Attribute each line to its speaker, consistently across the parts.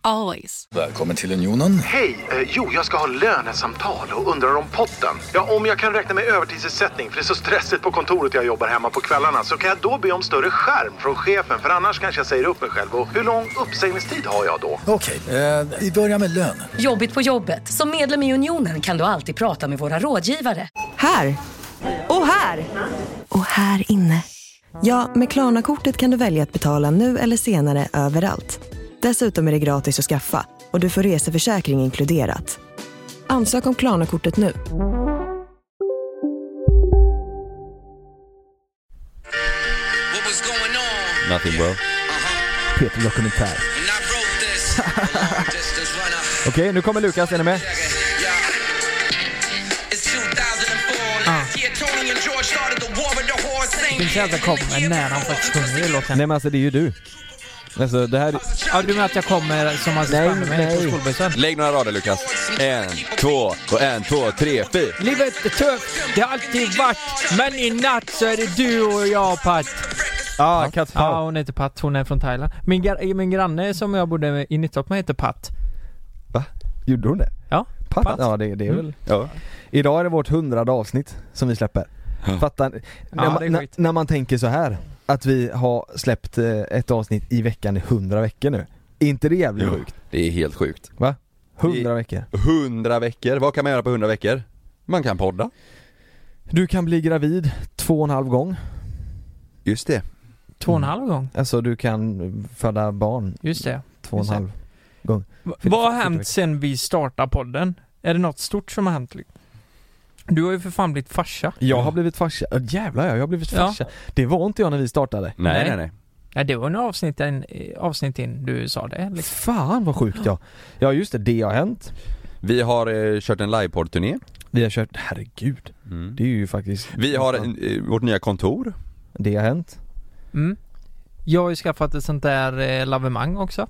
Speaker 1: Always.
Speaker 2: Välkommen till Unionen.
Speaker 3: Hej! Eh, jo, jag ska ha lönesamtal och undrar om potten. Ja, om jag kan räkna med övertidsersättning för det är så stressigt på kontoret jag jobbar hemma på kvällarna så kan jag då be om större skärm från chefen för annars kanske jag säger upp mig själv. Och hur lång uppsägningstid har jag då?
Speaker 2: Okej, eh, vi börjar med lön.
Speaker 4: Jobbigt på jobbet. Som medlem i Unionen kan du alltid prata med våra rådgivare.
Speaker 5: Här. Och här. Och här inne. Ja, med Klarna-kortet kan du välja att betala nu eller senare överallt. Dessutom är det gratis att skaffa och du får reseförsäkring inkluderat. Ansök om Klarna-kortet nu.
Speaker 6: What was going on?
Speaker 7: Nothing bro.
Speaker 8: Peter Dokumentär.
Speaker 6: And I wrote this. Long distance runner.
Speaker 8: Okej, nu kommer Lukas. Är ni med?
Speaker 6: Yeah. It's
Speaker 9: Ah.
Speaker 6: 2004. Last year, Tony and George started the war with the horse. Same
Speaker 9: Finns det att jag kommer när han faktiskt sjunger i låten?
Speaker 8: Nej men alltså det är ju du. Alltså det här...
Speaker 9: Ja, du menar att jag kommer som assistent med på skolbussen?
Speaker 7: Lägg några rader Lukas. En, två och en, två, tre, fyra.
Speaker 9: Livet är tufft, det har alltid varit, men i natt så är det du och jag Pat.
Speaker 8: Ah, Kat
Speaker 9: Ja,
Speaker 8: Pau.
Speaker 9: hon heter Pat, hon är från Thailand. Min, gar- eh, min granne som jag bodde med, i Nittorp med heter Pat.
Speaker 8: Va? Gjorde hon det?
Speaker 9: Ja,
Speaker 8: Pat?
Speaker 9: Pat. Mm.
Speaker 8: Ja det, det är väl...
Speaker 7: Ja.
Speaker 8: Idag är det vårt hundrade avsnitt som vi släpper. Fattar ni?
Speaker 9: Ja,
Speaker 8: när,
Speaker 9: det
Speaker 8: man,
Speaker 9: är
Speaker 8: när,
Speaker 9: sjukt.
Speaker 8: när man tänker så här att vi har släppt eh, ett avsnitt i veckan i hundra veckor nu. Är inte det jävligt sjukt?
Speaker 7: Det är helt sjukt.
Speaker 8: Va? Hundra
Speaker 7: Det-
Speaker 8: veckor.
Speaker 7: 100 veckor, vad kan man göra på 100 veckor? Man kan podda.
Speaker 8: Du kan bli gravid två och en halv gång.
Speaker 7: Just det.
Speaker 9: Två och en halv gång.
Speaker 8: Alltså du kan föda barn
Speaker 9: Just det.
Speaker 8: två och en
Speaker 9: Just det.
Speaker 8: halv.
Speaker 9: V-
Speaker 8: För-
Speaker 9: Vad har
Speaker 8: för-
Speaker 9: hänt sen vi startade podden? Är det något stort som har hänt? Du har ju för fan blivit farsa.
Speaker 8: Jag har blivit farsa. Äh, Jävlar jag har blivit
Speaker 9: Ja.
Speaker 8: farsa. Det var inte jag när vi startade.
Speaker 7: Nej,
Speaker 9: Nej.
Speaker 7: nej, nej.
Speaker 9: Ja, det var några avsnitt in, eh, avsnitt in du sa det. Liksom.
Speaker 8: Fan vad sjukt ja. Ja just det, det har hänt.
Speaker 7: Vi har eh, kört en livepodd-turné. Mm.
Speaker 8: Vi har kört, herregud. Det är ju faktiskt
Speaker 7: Vi har eh, vårt nya kontor.
Speaker 8: Det har hänt.
Speaker 9: Mm. Jag har ju skaffat ett sånt där eh, lavemang också.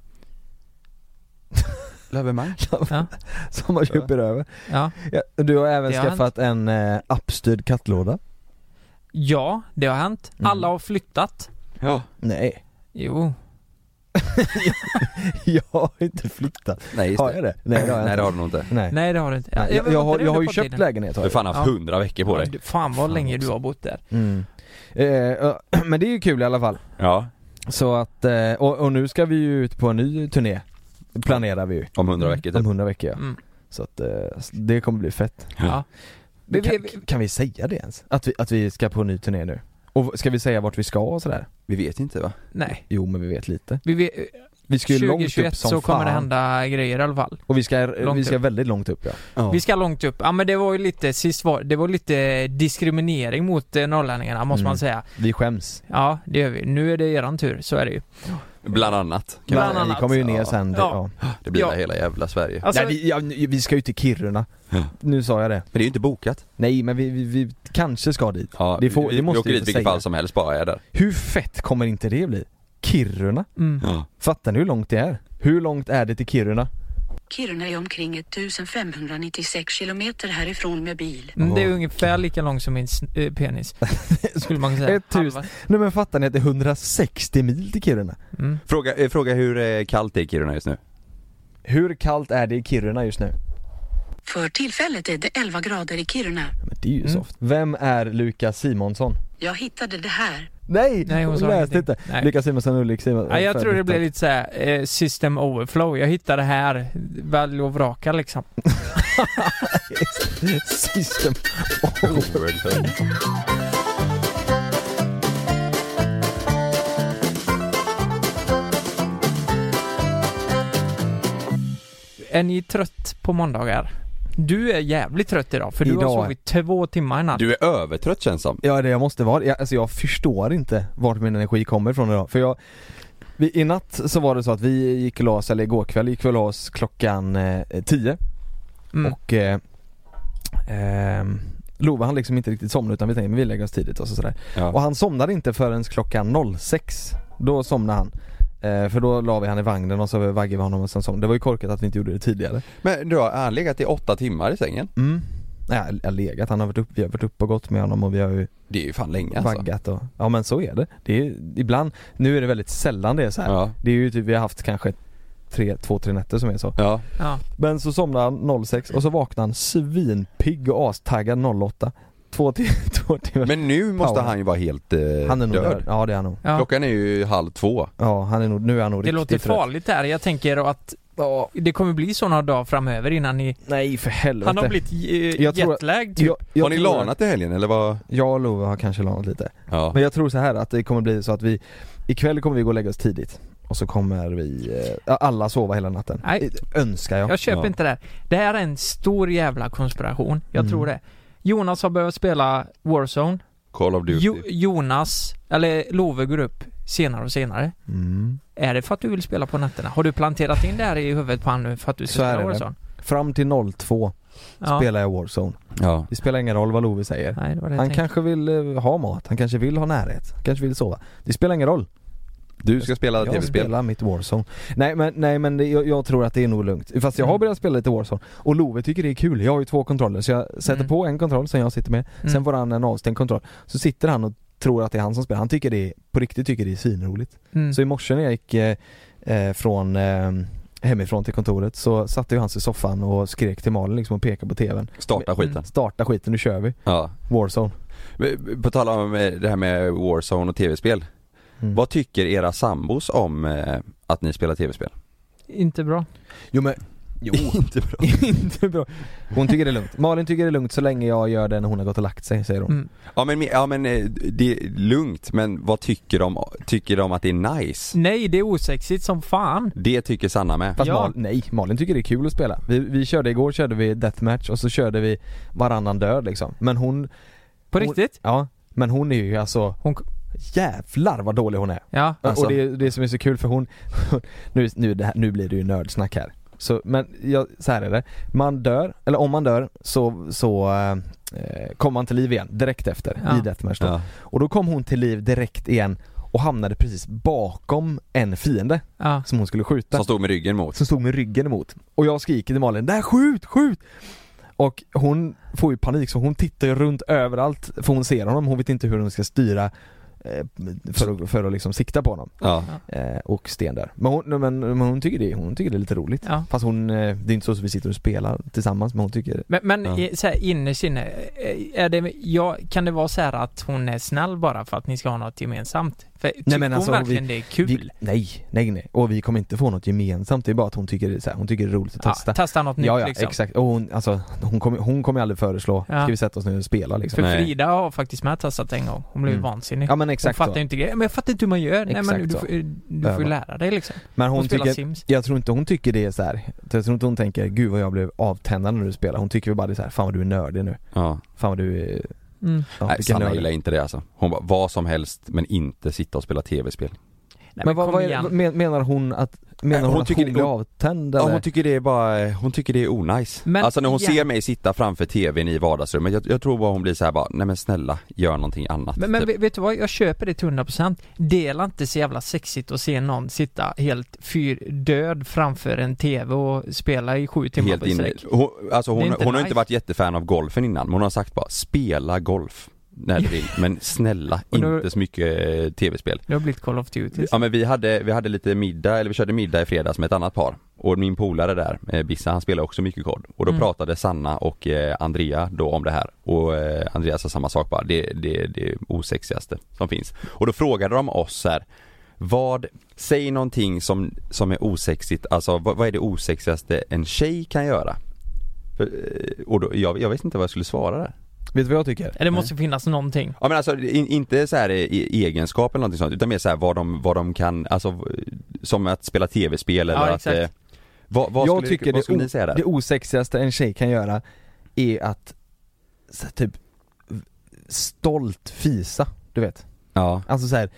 Speaker 7: Lövemang.
Speaker 9: Ja.
Speaker 8: Som man köper över.
Speaker 9: Ja.
Speaker 8: Ja, du har även
Speaker 9: Det har
Speaker 8: skaffat en eh, appstyrd kattlåda.
Speaker 9: ja, det har hänt.
Speaker 8: Mm.
Speaker 9: Alla har flyttat.
Speaker 7: Ja.
Speaker 8: Nej,
Speaker 9: Jo.
Speaker 8: jag har inte flyttat.
Speaker 7: Nej, just
Speaker 8: Har
Speaker 7: det.
Speaker 8: jag det? Nej det har jag
Speaker 7: Nej, det
Speaker 8: inte.
Speaker 7: har du nog inte.
Speaker 8: Nej.
Speaker 9: Nej, det har du inte. Ja,
Speaker 8: Nej, Jag,
Speaker 9: men
Speaker 8: jag,
Speaker 9: vänta,
Speaker 8: har,
Speaker 9: det
Speaker 8: jag har
Speaker 9: under
Speaker 8: ju
Speaker 9: podden.
Speaker 8: köpt lägenhet
Speaker 7: Du
Speaker 8: har
Speaker 7: har
Speaker 8: jag.
Speaker 7: fan haft
Speaker 9: Ja.
Speaker 7: 100 veckor på
Speaker 9: Ja,
Speaker 7: dig.
Speaker 9: du- fan vad länge du har bott där.
Speaker 8: Mm. Eh, ö, men det är ju kul i alla fall.
Speaker 7: Ja,
Speaker 8: Så att, eh, och, och nu ska vi ju ut på en ny turné. Planerar vi ju.
Speaker 7: om 100 veckor
Speaker 8: Om
Speaker 7: typ.
Speaker 8: 100 veckor ja.
Speaker 9: Mm.
Speaker 8: Så att eh, det kommer bli fett.
Speaker 9: Ja. Vi- vi-
Speaker 8: Kan, kan vi säga det ens? Att vi, att vi ska på en ny turné nu? Och ska vi säga vart vi ska och sådär?
Speaker 7: Vi vet inte va?
Speaker 9: Nej.
Speaker 8: Jo men vi vet lite.
Speaker 9: Vi, vi,
Speaker 8: Vi ska ju långt
Speaker 9: 2021
Speaker 8: upp typ som
Speaker 9: så kommer
Speaker 8: fan.
Speaker 9: det hända grejer i alla fall.
Speaker 8: Och vi ska, eh,
Speaker 9: Långt
Speaker 8: vi ska
Speaker 9: upp.
Speaker 8: väldigt långt upp ja.
Speaker 7: Ja.
Speaker 9: Vi ska långt upp. Ja men det var ju lite, sist var det var lite diskriminering mot eh, norrlänningarna måste
Speaker 8: Mm.
Speaker 9: man säga.
Speaker 8: Vi skäms.
Speaker 9: Ja, det gör vi. Nu är det eran tur, så är det ju.
Speaker 7: Bland annat.
Speaker 9: Bland
Speaker 8: Men, eh,
Speaker 9: annat.
Speaker 8: Vi kommer ju ner
Speaker 7: Ja.
Speaker 8: sen. Det, ja.
Speaker 9: Ja.
Speaker 7: Det blir
Speaker 9: Ja.
Speaker 7: väl hela jävla Sverige.
Speaker 9: Alltså,
Speaker 8: Nej, vi, ja, vi ska ju till Kiruna.
Speaker 7: Ja.
Speaker 8: Nu sa jag det.
Speaker 7: Men det är ju inte bokat.
Speaker 8: Nej men vi, vi, vi kanske ska dit.
Speaker 7: Ja,
Speaker 8: Det får-
Speaker 7: vi,
Speaker 8: det måste
Speaker 7: vi åker
Speaker 8: vi
Speaker 7: dit
Speaker 8: få
Speaker 7: vilket
Speaker 8: säga.
Speaker 7: fall som helst bara är där.
Speaker 8: Hur fett kommer inte det bli? Kiruna?
Speaker 9: mm.
Speaker 7: Ja.
Speaker 8: Fattar ni hur långt det är? Hur långt är det till Kiruna?
Speaker 10: Kiruna är omkring 1596 kilometer härifrån med bil.
Speaker 9: Mm, Det är ungefär lika lång som min s- eh, penis. Skulle man kunna säga.
Speaker 8: Ett tusen.
Speaker 9: Halva.
Speaker 8: Nej men fattar ni att det är 160 mil till Kiruna?
Speaker 9: Mm.
Speaker 7: Fråga, eh, fråga hur eh, kallt det är i Kiruna just nu.
Speaker 8: Hur kallt är det i Kiruna just nu?
Speaker 10: För tillfället är det 11 grader i Kiruna.
Speaker 8: Ja, Men det är ju
Speaker 9: Mm.
Speaker 8: soft. Vem är Lukas Simonsson?
Speaker 10: Jag hittade det här.
Speaker 8: Nej!
Speaker 9: Nej, hon sa
Speaker 8: läste
Speaker 9: ingenting.
Speaker 8: inte.
Speaker 9: Nej.
Speaker 8: Lukas Simonsson, Ulrik Simonsson.
Speaker 9: Ja, jag tror det blir lite såhär, eh, system overflow. Jag hittar det här, välj och vraka liksom.
Speaker 8: System.
Speaker 9: Är ni trött på måndagar? Du är jävligt trött idag, för du
Speaker 8: Idag.
Speaker 9: har sovit två timmar i natt.
Speaker 7: Du är övertrött känns som.
Speaker 8: Ja det jag måste vara, jag, alltså jag förstår inte vart min energi kommer ifrån idag för jag vi, I natt så var det så att vi gick och la oss, eller igår kväll gick vi och la oss klockan eh, 10
Speaker 9: Mm.
Speaker 8: och eh, ehm, Love han liksom inte riktigt somnade utan vi tänkte men vi lägger oss tidigt och så, sådär
Speaker 7: Ja.
Speaker 8: Och han somnade inte förrän klockan 06 Då somnade han. Eh, för då la vi han i vagnen och så vaggade vi honom och sen somnade Det var ju korkat att vi inte gjorde det tidigare.
Speaker 7: Men då har han legat i åtta timmar i sängen?
Speaker 8: Mm. Nej, jag har legat. Han har varit upp, vi har varit upp och gått med honom och vi har ju
Speaker 7: Det är ju fan länge alltså.
Speaker 8: vaggat och, ja men så är det. det är, ibland, nu är det väldigt sällan det är så här.
Speaker 7: Ja.
Speaker 8: Det är ju typ, vi har haft kanske tre, två, tre nätter som är så.
Speaker 7: Ja.
Speaker 9: Ja.
Speaker 8: Men så somnade han 06 och så vaknade han svinpigg och astaggad 08. Två, ti- två timmar.
Speaker 7: Men nu måste
Speaker 8: Power.
Speaker 7: han ju vara helt eh,
Speaker 8: han är nog
Speaker 7: död.
Speaker 8: död. Ja det är han nog.
Speaker 9: Ja.
Speaker 7: Klockan är ju halv två.
Speaker 8: Ja han är nog, nu är han nog
Speaker 9: Det låter
Speaker 8: riktigt trött.
Speaker 9: farligt där. Jag tänker att det kommer bli så några dagar framöver innan ni...
Speaker 8: Nej för helvete.
Speaker 9: Han har blivit eh,
Speaker 8: Jag tror-
Speaker 9: jetlagged typ.
Speaker 8: jag, jag
Speaker 7: har ni
Speaker 8: tror-
Speaker 7: lanat i helgen eller vad?
Speaker 8: Jag och Love har kanske lanat lite.
Speaker 7: Ja.
Speaker 8: Men jag tror så här att det kommer bli så att vi Ikväll kommer vi gå och lägga oss tidigt och så kommer vi eh, alla sova hela natten.
Speaker 9: Nej.
Speaker 8: Det Önskar jag.
Speaker 9: Jag köper
Speaker 7: Ja.
Speaker 9: inte det här. Det här är en stor jävla konspiration. Jag
Speaker 8: Mm.
Speaker 9: tror det. Jonas har börjat spela Warzone.
Speaker 7: Call of Duty.
Speaker 9: Jo, Jonas, eller Love går upp senare och senare.
Speaker 8: Mm.
Speaker 9: Är det för att du vill spela på nätterna? Har du planterat in det här i huvudet på han nu för att du ska
Speaker 8: Så är
Speaker 9: spela
Speaker 8: det.
Speaker 9: Warzone?
Speaker 8: Fram till 02
Speaker 9: Ja.
Speaker 8: spelar jag Warzone.
Speaker 7: Ja.
Speaker 8: Det spelar ingen roll vad Love säger.
Speaker 9: Nej, det var det jag
Speaker 8: Han
Speaker 9: tänkte.
Speaker 8: kanske vill eh, ha mat, han kanske vill ha närhet, han kanske vill sova. Det spelar ingen roll.
Speaker 7: Du ska spela
Speaker 8: Jag
Speaker 7: tv-spel.
Speaker 8: spelar mitt Warzone. Nej men, nej, men det, jag, jag tror att det är nog lugnt. Fast
Speaker 9: Mm.
Speaker 8: jag har börjat spela lite Warzone. Och Love tycker det är kul. Jag har ju två kontroller så jag sätter
Speaker 9: Mm.
Speaker 8: på en kontroll som jag sitter med.
Speaker 9: Mm.
Speaker 8: Sen får han en avstängd kontroll. Så sitter han och tror att det är han som spelar. Han tycker det är, på riktigt tycker det är svinroligt.
Speaker 9: Mm.
Speaker 8: Så i morse när jag gick eh, eh, från eh, hemifrån till kontoret så satte ju han sig i soffan och skrek till Malin liksom och pekade på TVn.
Speaker 7: Starta skiten.
Speaker 9: Mm.
Speaker 8: Starta skiten, nu kör vi.
Speaker 7: Ja.
Speaker 8: Warzone.
Speaker 7: Men På tal om eh, det här med Warzone och tv-spel.
Speaker 8: Mm.
Speaker 7: Vad tycker era sambos om eh, att ni spelar tv-spel?
Speaker 9: Inte bra.
Speaker 8: Jo men
Speaker 7: Inte bra.
Speaker 8: inte bra. Hon tycker det är lugnt. Malin tycker det är lugnt så länge jag gör det när hon har gått och lagt sig säger hon.
Speaker 9: Mm.
Speaker 7: Ja men, ja, men eh, det är lugnt, men vad tycker de? Tycker de att det är nice?
Speaker 9: Nej, det är osexigt som fan.
Speaker 7: Det tycker Sanna med.
Speaker 8: Fast
Speaker 9: Ja.
Speaker 8: Mal, nej, Malin tycker det är kul att spela. Vi, vi körde igår körde vi deathmatch och så körde vi varannan död liksom. Men hon,
Speaker 9: På
Speaker 8: Hon-
Speaker 9: riktigt?
Speaker 8: ja, men hon är ju alltså, hon, jävlar vad dålig hon är.
Speaker 9: Ja.
Speaker 8: Och det, är- det som är så kul för hon, nu, nu, det här, nu blir det ju nördsnack här. Så, men jag, så här är det, man dör, eller om man dör så, så eh, kommer man till liv igen direkt efter
Speaker 9: Ja.
Speaker 8: i deathmatch då.
Speaker 7: Ja.
Speaker 8: Och då kom hon till liv direkt igen och hamnade precis bakom en fiende
Speaker 9: ja.
Speaker 8: som hon skulle skjuta
Speaker 7: Som stod med ryggen mot.
Speaker 8: som stod med ryggen emot och jag skriker till Malin 'Där skjut, skjut!' Och hon får ju panik så hon tittar ju runt överallt för hon ser honom, hon vet inte hur hon ska styra eh, för, att- för att liksom sikta på honom
Speaker 7: Ja.
Speaker 8: eh, och sten där. Men hon, men, men hon, tycker det, hon tycker det är lite roligt.
Speaker 9: Ja.
Speaker 8: Fast hon, eh, det är inte så att vi sitter och spelar tillsammans men hon tycker
Speaker 9: Men, men
Speaker 7: Ja.
Speaker 9: i- så här, innerst inne, eh, är det, ja, kan det vara så här att hon är snäll bara för att ni ska ha något gemensamt? För, tycker
Speaker 8: men
Speaker 9: hon
Speaker 8: alltså,
Speaker 9: verkligen det är kul?
Speaker 8: Vi, nej, nej, nej. Och vi kommer inte få något gemensamt, det är bara att hon tycker det är, så här, hon tycker det är roligt att
Speaker 9: ja,
Speaker 8: testa.
Speaker 9: testa något nytt
Speaker 8: Ja, ja,
Speaker 9: liksom.
Speaker 8: exakt. Och hon, alltså, hon kommer hon kommer aldrig föreslå,
Speaker 9: Ja.
Speaker 8: ska vi sätta oss nu och spela liksom.
Speaker 9: För
Speaker 7: Nej.
Speaker 9: Frida har faktiskt med testat en gång. Hon blev ju
Speaker 8: Mm.
Speaker 9: vansinnig.
Speaker 8: Ja men
Speaker 9: hon
Speaker 8: exakt
Speaker 9: fattar
Speaker 8: så.
Speaker 9: ju inte grejen. Men jag fattar inte hur man gör. Nej, men
Speaker 8: Exakt
Speaker 9: du,
Speaker 8: så.
Speaker 9: får- eh, du får ju
Speaker 8: Öva.
Speaker 9: lära dig liksom.
Speaker 8: Men
Speaker 9: Hon,
Speaker 8: hon
Speaker 9: spelar
Speaker 8: tycker,
Speaker 9: Sims.
Speaker 8: jag tror inte hon tycker det är så här. jag tror inte hon tänker 'Gud vad jag blev avtändande när du spelar' Hon tycker väl bara det är så här, 'Fan vad du är nördig nu'
Speaker 7: Ja.
Speaker 8: Fan vad du är...
Speaker 9: Mm.
Speaker 8: Ja,
Speaker 7: Nej,
Speaker 8: vilken
Speaker 7: Sanna
Speaker 8: nörd.
Speaker 7: gillar inte det alltså. Hon bara, vad som helst men inte sitta och spela tv-spel.
Speaker 9: Nej,
Speaker 8: Men vad,
Speaker 9: kom
Speaker 8: vad är,
Speaker 9: igen.
Speaker 8: vad men- menar hon att, menar
Speaker 7: Nej,
Speaker 8: hon,
Speaker 7: hon
Speaker 8: att
Speaker 7: tycker
Speaker 8: hon
Speaker 7: det-
Speaker 8: blir
Speaker 7: hon-
Speaker 8: avtänd
Speaker 7: Ja,
Speaker 8: eller?
Speaker 7: hon tycker det är bara, hon tycker det är onajs.
Speaker 9: Men
Speaker 7: alltså när hon
Speaker 9: igen-
Speaker 7: ser mig sitta framför tvn i vardagsrummet, jag, jag tror bara hon blir så här bara, nej men snälla, gör någonting annat.
Speaker 9: Men, men
Speaker 7: typ.
Speaker 9: vet- vet du vad, jag köper det till 100% Det är inte så jävla sexigt att se någon sitta helt fyr död framför en TV och spela i sju timmar
Speaker 7: Helt
Speaker 9: på
Speaker 7: inne.
Speaker 9: sträck.
Speaker 7: Hon, alltså hon,
Speaker 9: Det är
Speaker 7: hon
Speaker 9: inte
Speaker 7: har
Speaker 9: nice.
Speaker 7: inte varit jättefan av golfen innan, men hon har sagt bara, spela golf. När du vill, men snälla,
Speaker 9: Och nu-
Speaker 7: inte så mycket eh, tv-spel.
Speaker 9: Det har blivit Call of Duty.
Speaker 7: Ja men vi hade, vi hade lite middag, eller vi körde middag i fredags med ett annat par Och min polare där, eh, Bissa, han spelar också mycket kod Och då
Speaker 9: Mm.
Speaker 7: pratade Sanna och eh, Andrea då om det här Och eh, Andrea sa samma sak bara, det, det, det är osexigaste som finns Och då frågade de oss så här Vad, säg någonting som, som är osexigt, alltså vad, vad är det osexigaste en tjej kan göra? För, eh, Och då, jag, jag visste inte vad jag skulle svara där
Speaker 8: Vet du vad jag tycker?
Speaker 9: Det måste finnas någonting.
Speaker 7: Ja men alltså in, inte så här eh, e- egenskap eller någonting sånt utan mer så här vad de, vad de kan, alltså v- som att spela tv-spel eller
Speaker 9: Ja,
Speaker 7: att
Speaker 9: exakt.
Speaker 7: eh, vad, vad
Speaker 8: jag
Speaker 7: skulle,
Speaker 8: tycker
Speaker 7: vad skulle
Speaker 8: det,
Speaker 7: ni säga där?
Speaker 8: det osexigaste en tjej kan göra är att, så här, typ, stolt fisa, du vet.
Speaker 7: Ja.
Speaker 8: Alltså så här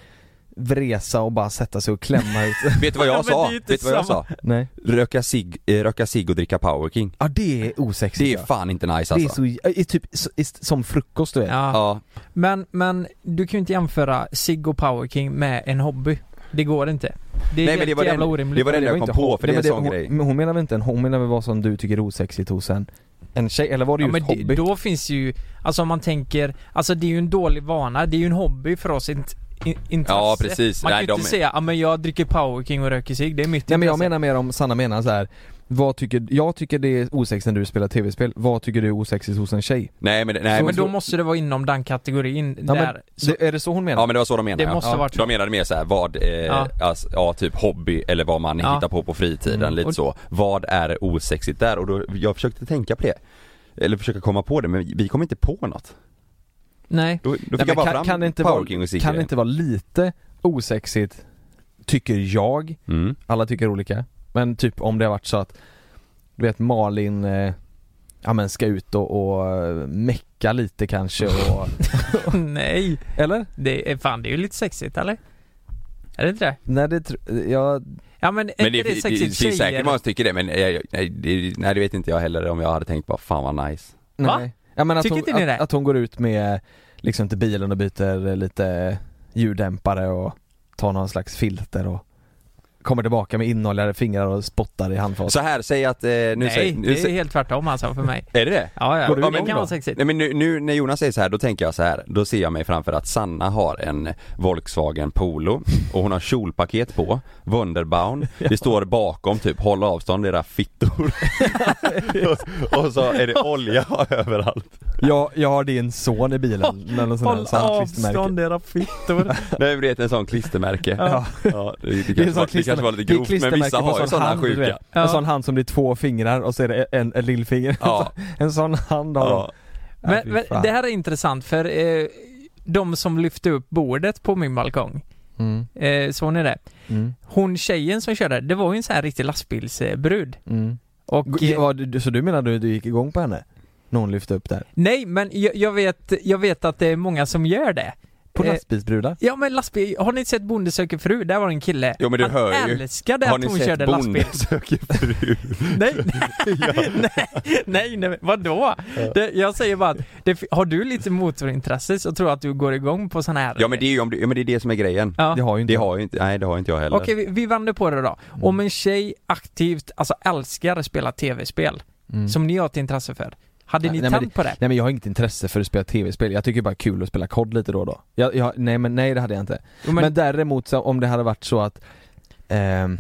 Speaker 8: vresa och bara sätta sig och klämma ut,
Speaker 7: Vet du vad
Speaker 9: Ja,
Speaker 7: jag
Speaker 9: men
Speaker 7: sa?
Speaker 9: det är inte
Speaker 7: Vet du vad jag
Speaker 9: samma.
Speaker 7: sa?
Speaker 8: nej.
Speaker 7: Röka cigg, eh, röka cigg och dricka power king.
Speaker 8: Ja det är osexigt
Speaker 7: Det är
Speaker 8: ja.
Speaker 7: fan inte nice
Speaker 8: Det är
Speaker 7: alltså.
Speaker 8: så, är typ så, är, som frukost du vet.
Speaker 9: Ja.
Speaker 7: Ja.
Speaker 9: Men, men du kan ju inte jämföra Sig och Power King med en hobby. Det går inte. Det
Speaker 7: Nej,
Speaker 9: är
Speaker 7: men
Speaker 9: helt
Speaker 7: det var det
Speaker 9: jävla
Speaker 7: enda-
Speaker 9: orimligt.
Speaker 7: det var det enda jag
Speaker 8: var
Speaker 7: kom
Speaker 8: inte
Speaker 7: på,
Speaker 8: hon-
Speaker 7: för det är
Speaker 8: Nej,
Speaker 7: en sån
Speaker 8: men hon,
Speaker 7: grej.
Speaker 8: Men hon menar väl inte en, hon menar väl vad som du tycker är osexigt hos en, en tjej? Eller var det
Speaker 9: Ja,
Speaker 8: just
Speaker 9: men det,
Speaker 8: hobby?
Speaker 9: då finns ju, alltså om man tänker, alltså det är ju en dålig vana, det är ju en hobby för oss int, in, intresse.
Speaker 7: Ja, precis.
Speaker 9: Man
Speaker 7: Nej,
Speaker 9: kan ju
Speaker 7: de
Speaker 9: inte
Speaker 7: är-
Speaker 9: säga, ja men jag dricker power king och röker cigg, det är mitt
Speaker 8: Nej men jag
Speaker 9: intresse."
Speaker 8: menar mer om Sanna menar så här. Vad tycker, jag tycker det är osexigt när du spelar tv-spel, vad tycker du är osexigt hos en tjej?
Speaker 7: Nej men, det- nej,
Speaker 9: Så-
Speaker 7: men
Speaker 9: men då måste det vara inom den kategorin
Speaker 8: Ja,
Speaker 9: där.
Speaker 8: men, det, är det så hon menar?
Speaker 7: Ja men det var så de menade
Speaker 9: Det måste
Speaker 7: ja.
Speaker 9: ha varit så.
Speaker 7: De menade mer såhär vad, eh,
Speaker 9: Ja.
Speaker 7: Alltså, ja typ hobby eller vad man
Speaker 9: Ja.
Speaker 7: hittar på på fritiden
Speaker 9: Mm.
Speaker 7: lite
Speaker 9: Och-
Speaker 7: så Vad är osexigt där? Och då, jag försökte tänka på det Eller försöka komma på det men vi kom inte på något
Speaker 9: Nej.
Speaker 7: Då, då fick
Speaker 8: Nej,
Speaker 7: jag
Speaker 8: men
Speaker 7: bara
Speaker 8: kan,
Speaker 7: fram
Speaker 8: kan, det inte
Speaker 7: Power
Speaker 8: vara,
Speaker 7: King och
Speaker 8: kan
Speaker 7: cigaretten
Speaker 8: det inte vara lite osexigt, tycker jag,
Speaker 7: mm.
Speaker 8: alla tycker olika, men typ om det har varit så att du vet Malin eh, Ja men ska ut och, och eh, mecka lite kanske och,
Speaker 9: Nej.
Speaker 8: eller?
Speaker 9: Det är, fan det är ju lite sexigt eller? Är det inte det?
Speaker 8: Nej det tr- jag,
Speaker 9: Ja men, är
Speaker 7: Men det,
Speaker 9: inte det,
Speaker 7: det, det
Speaker 9: sexigt
Speaker 7: finns säkert
Speaker 9: tjejer?
Speaker 7: många som tycker det men eh, jag- nej, det, nej det vet inte jag heller om jag hade tänkt bara fan vad nice
Speaker 9: Va?
Speaker 8: nej. Ja, men att
Speaker 9: Tycker
Speaker 8: hon,
Speaker 9: inte ni
Speaker 8: att,
Speaker 9: det?
Speaker 8: att hon går ut med liksom till bilen och byter eh, lite ljuddämpare och tar någon slags filter och kommer tillbaka med inoljade fingrar och spottar i handfatet.
Speaker 7: Så här, säg att, eh, nu
Speaker 9: Nej,
Speaker 7: säg, nu,
Speaker 9: det är
Speaker 7: säg,
Speaker 9: helt tvärtom alltså för mig.
Speaker 7: är det det?
Speaker 9: Ja, ja,
Speaker 7: Går du
Speaker 9: ja
Speaker 7: igång
Speaker 9: men det kan
Speaker 7: då?
Speaker 9: vara sexigt.
Speaker 7: Nej men nu, nu när Jonas säger så här, då tänker jag så här. Då ser jag mig framför att Sanna har en Volkswagen Polo och hon har kjolpaket på, Wunderbaum. Det står bakom typ håll avstånd era fittor. och, och så är det olja överallt.
Speaker 8: Jag, jag har din son i bilen med någon sån här
Speaker 9: Håll
Speaker 8: sån här klistermärke.
Speaker 9: avstånd era fittor.
Speaker 7: Nej men det är en sån klistermärke.
Speaker 8: Ja.
Speaker 7: Ja, det, det,
Speaker 8: Det är
Speaker 7: kanske
Speaker 8: en sån
Speaker 7: var, det kanske var lite grovt men
Speaker 8: klistermärke
Speaker 7: vissa
Speaker 8: på en
Speaker 7: har ju
Speaker 8: sån
Speaker 7: sådana
Speaker 8: hand, du vet.
Speaker 7: sjuka.
Speaker 9: Ja.
Speaker 8: En sån hand som det är två fingrar och så är det en, en lillfinger.
Speaker 7: Ja.
Speaker 8: En sån hand har
Speaker 7: Ja.
Speaker 8: de. Nej,
Speaker 9: Men,
Speaker 8: fy
Speaker 9: men
Speaker 8: fan.
Speaker 9: det här är intressant för eh, de som lyfte upp bordet på min balkong,
Speaker 8: Mm,
Speaker 9: eh, såg ni det?
Speaker 8: mm,
Speaker 9: Hon tjejen som körde, det var ju en sån här riktig lastbilsbrud.
Speaker 8: mm.
Speaker 9: Och,
Speaker 8: G-
Speaker 9: eh,
Speaker 8: vad du- Så du menar du, du gick igång på henne? När hon lyfte upp där?
Speaker 9: nej men jag, jag, vet, jag vet att det är många som gör det.
Speaker 8: På
Speaker 9: Eh,
Speaker 8: lastbilsbrudar?
Speaker 9: Ja men lastbil, har ni inte sett Bonde söker fru? Där var det en kille.
Speaker 7: Jo, men du
Speaker 9: Han
Speaker 7: hör ju.
Speaker 9: älskade
Speaker 7: Har
Speaker 9: att
Speaker 7: ni
Speaker 9: hon
Speaker 7: sett
Speaker 9: körde
Speaker 7: Bonde
Speaker 9: lastbil.
Speaker 7: söker fru?
Speaker 9: Nej, nej, nej, nej, nej, vadå? Det, jag säger bara att, det, har du lite motorintresse så tror jag att du går igång på såna här
Speaker 7: Ja men det är ju om du, ja, men det är det som är grejen.
Speaker 9: Ja.
Speaker 8: Det har ju inte
Speaker 7: Det har ju inte, nej det har ju inte jag heller.
Speaker 9: Okej, vi, vi vänder på det då.
Speaker 8: Mm.
Speaker 9: Om en tjej aktivt, alltså älskar att spela tv-spel, som ni har ett intresse för, hade ni
Speaker 8: Mm. Nej, men
Speaker 9: tänt på det?
Speaker 8: Nej men jag har inget intresse för att spela tv-spel, jag tycker bara kul att spela kod lite då och då jag, jag, Nej men nej det hade jag inte
Speaker 9: Jo,
Speaker 8: Men,
Speaker 9: men-
Speaker 8: däremot så, om det hade varit så att ehm,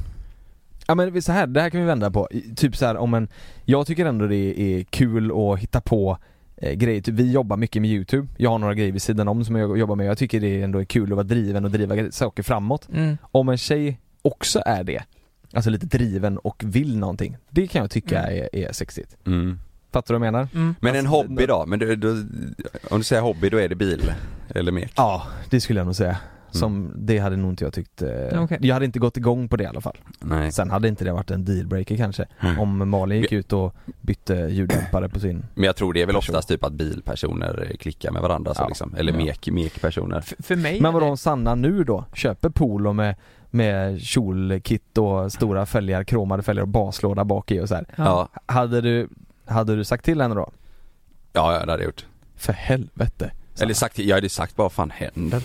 Speaker 8: Ja men vi- så här, det här kan vi vända på, I- typ så här om en Jag tycker ändå det är kul att hitta på eh, grejer, typ, vi jobbar mycket med youtube Jag har några grejer vid sidan om som jag jobbar med Jag tycker det ändå är kul att vara driven och driva gre- saker framåt
Speaker 9: Mm.
Speaker 8: Om en tjej också är det Alltså lite driven och vill någonting Det kan jag tycka
Speaker 9: Mm.
Speaker 8: är, är sexigt
Speaker 7: Mm.
Speaker 8: Fattar du vad jag menar?
Speaker 7: Men en
Speaker 8: Alltså,
Speaker 7: hobby då? Men du, du, om du säger hobby, då är det bil? Eller mer?
Speaker 8: Ja, det skulle jag nog säga. Som, det hade nog inte jag tyckt, eh,
Speaker 9: Okej.
Speaker 8: jag hade inte gått igång på det i alla fall.
Speaker 7: Nej.
Speaker 8: Sen hade inte det varit en dealbreaker kanske,
Speaker 7: Mm.
Speaker 8: om Malin gick ut och bytte ljuddämpare på sin
Speaker 7: Men jag tror det är väl
Speaker 8: Person.
Speaker 7: oftast typ att bilpersoner klickar med varandra så
Speaker 8: Ja.
Speaker 7: liksom, eller
Speaker 8: Ja.
Speaker 7: mek, mekpersoner.
Speaker 9: F- för mig
Speaker 8: Men vadå om Sanna nu då, köper polo med, med kjolkit och stora fälgar, kromade fälgar och baslåda bak i och så här.
Speaker 7: Ja,
Speaker 8: Hade du, hade du sagt till henne då?
Speaker 7: ja, ja det hade jag gjort.
Speaker 8: För helvete.
Speaker 7: Eller sagt, jag hade sagt bara vad fan händer?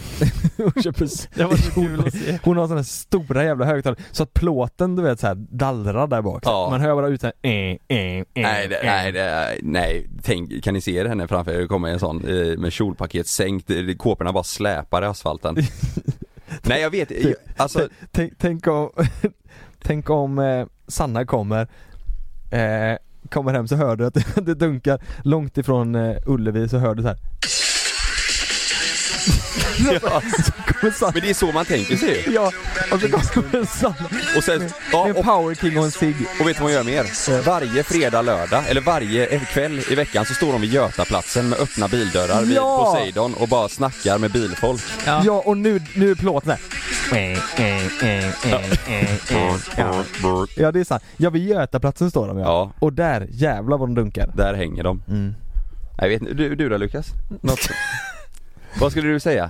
Speaker 8: Hon köper s-
Speaker 9: Det var så kul att se.
Speaker 8: Hon har sådana stora jävla högtalare, så att plåten du vet såhär dallrar där bak.
Speaker 7: Ja.
Speaker 8: Man hör bara ut såhär, eh, eh, eh,
Speaker 7: Nej, det,
Speaker 8: eh.
Speaker 7: nej, det, nej, tänk, kan ni se henne framför er? Det kommer en sån eh, med kjolpaket sänkt, eh, kåporna bara släpar i asfalten. nej jag vet, jag, alltså,
Speaker 8: Tänk, tänk om, tänk om eh, Sanna kommer, eh, kommer hem så hör du att det, det dunkar långt ifrån eh, Ullevi så hör du så här. så kommer Sanna,
Speaker 7: men det är så man tänker sig ju.
Speaker 8: ja, och så kommer Sanna
Speaker 7: Och sen, ja,
Speaker 8: med en
Speaker 7: och
Speaker 8: power king och en cigg.
Speaker 7: Och vet du vad hon gör mer? Varje fredag, lördag, eller varje kväll i veckan så står de vid Götaplatsen med öppna bildörrar vid
Speaker 8: Ja!
Speaker 7: Poseidon och bara snackar med bilfolk.
Speaker 9: Ja.
Speaker 8: Ja och nu, nu är plåten här. Ja det är sant. Ja vid Götaplatsen står de ja.
Speaker 7: Ja.
Speaker 8: Och där, jävlar vad de dunkar.
Speaker 7: Där hänger de.
Speaker 8: Mm.
Speaker 7: Jag vet inte, du, du då Lukas? Något... vad skulle du säga?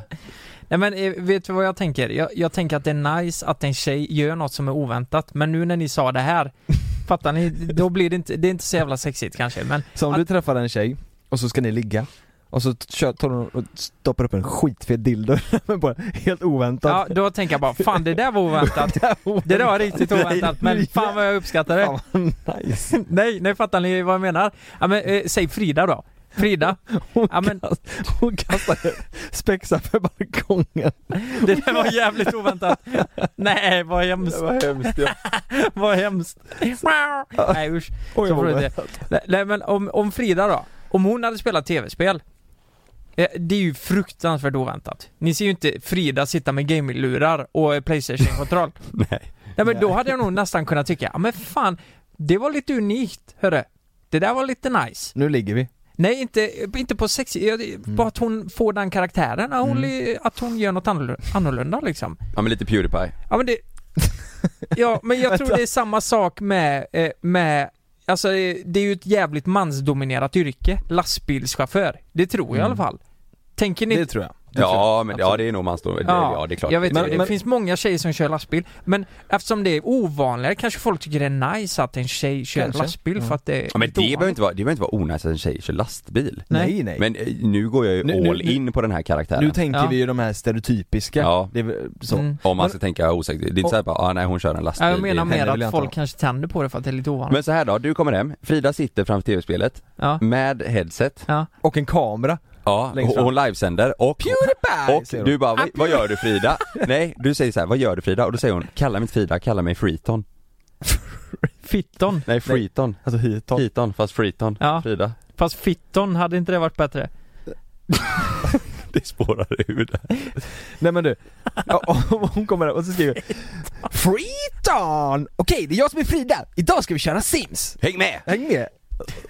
Speaker 9: Nej men eh, vet du vad jag tänker? Jag, jag tänker att det är nice att en tjej gör något som är oväntat, men nu när ni sa det här Fattar ni? Då blir det inte, det är inte så jävla sexigt kanske men
Speaker 8: Så om du träffar en tjej och så ska ni ligga Och så kör, tar hon och stoppar upp en skitfet dildo men bara helt oväntat
Speaker 9: Ja, då tänker jag bara, fan det där var oväntat. Det där var riktigt oväntat, men fan vad jag uppskattar det.
Speaker 8: nice.
Speaker 9: Nej, nej fattar ni vad jag menar? Ja, men, eh, säg Frida då. Frida. Ja, men,
Speaker 8: Hon kastar spexar för balkongen
Speaker 9: det där var jävligt oväntat. Nej, vad hemskt.
Speaker 7: Det var hemskt ja.
Speaker 9: Vad hemskt. Nej usch.
Speaker 8: Oj,
Speaker 9: Så får
Speaker 8: vad
Speaker 9: du det. Nej, Nej men om, om Frida då. Om hon hade spelat tv-spel. eh, Det är ju fruktansvärt oväntat. Ni ser ju inte Frida sitta med gaminglurar och eh, Playstation-kontroll.
Speaker 7: Nej.
Speaker 9: Nej men då hade jag nog nästan kunnat tycka, ja men fan, det var lite unikt, hörru. Det där var lite nice.
Speaker 8: Nu ligger vi
Speaker 9: Nej inte, inte på sexy, jag- bara att hon får den karaktären, att hon, att hon gör något annorlu- annorlunda liksom.
Speaker 7: Ja men lite Pewdiepie.
Speaker 9: Ja men det... Ja men jag tror det är samma sak med, eh, med Alltså eh, det är ju ett jävligt mansdominerat yrke, lastbilschaufför. Det tror jag i alla fall. Tänker ni?
Speaker 8: Det tror jag
Speaker 7: Ja men ja det är nog man står, ja, ja det är klart.
Speaker 9: Jag vet
Speaker 8: Men-
Speaker 9: men, det
Speaker 8: men-
Speaker 9: finns många tjejer som kör lastbil. Men eftersom det är ovanligare kanske folk tycker det är nice att en tjej kör
Speaker 8: Kanske.
Speaker 9: lastbil för att det är
Speaker 7: Ja men det
Speaker 9: lite
Speaker 7: behöver
Speaker 9: ovanligt.
Speaker 7: inte vara, det behöver inte vara onajs att en tjej kör lastbil.
Speaker 8: Nej nej,
Speaker 7: Men eh, nu går jag ju
Speaker 8: Nu- nu-
Speaker 7: all
Speaker 8: nu-
Speaker 7: in på den här karaktären.
Speaker 8: Nu tänker
Speaker 9: Ja.
Speaker 8: vi ju de här stereotypiska
Speaker 7: Ja.
Speaker 8: Det är väl så
Speaker 9: Mm.
Speaker 7: om man ska tänka osäkert. Det är inte såhär bara, ah, nej hon kör en lastbil.
Speaker 9: Ja, jag menar
Speaker 7: Det-
Speaker 8: henne vill
Speaker 9: mer
Speaker 8: jag
Speaker 9: att
Speaker 8: inte
Speaker 9: folk
Speaker 8: ha.
Speaker 9: kanske tänder på det för att det är lite ovanligt.
Speaker 7: Men så här då, du kommer hem, Frida sitter framför tv-spelet
Speaker 9: ja.
Speaker 7: med headset.
Speaker 9: ja.
Speaker 8: Och en kamera
Speaker 7: Ja,
Speaker 8: Längst
Speaker 7: och
Speaker 8: fram.
Speaker 7: hon livesänder och
Speaker 8: Pewdiepie!
Speaker 7: Och du bara, vad, vad gör du Frida? Nej, du säger så här, vad gör du Frida? Och då säger hon, kalla mig inte Frida, kalla mig Freeton.
Speaker 9: Fitton.
Speaker 7: Nej, Freeton.
Speaker 8: Alltså hitåt
Speaker 7: Freeton, fast Freeton.
Speaker 9: Ja.
Speaker 7: Frida.
Speaker 9: Fast fitton, hade inte det varit bättre?
Speaker 7: Det spårar ur där.
Speaker 8: Nej men du, Ja, och hon kommer och så skriver Freeton! Okej, det är jag som är Frida! Idag ska vi köra Sims!
Speaker 7: Häng med!
Speaker 8: Häng med!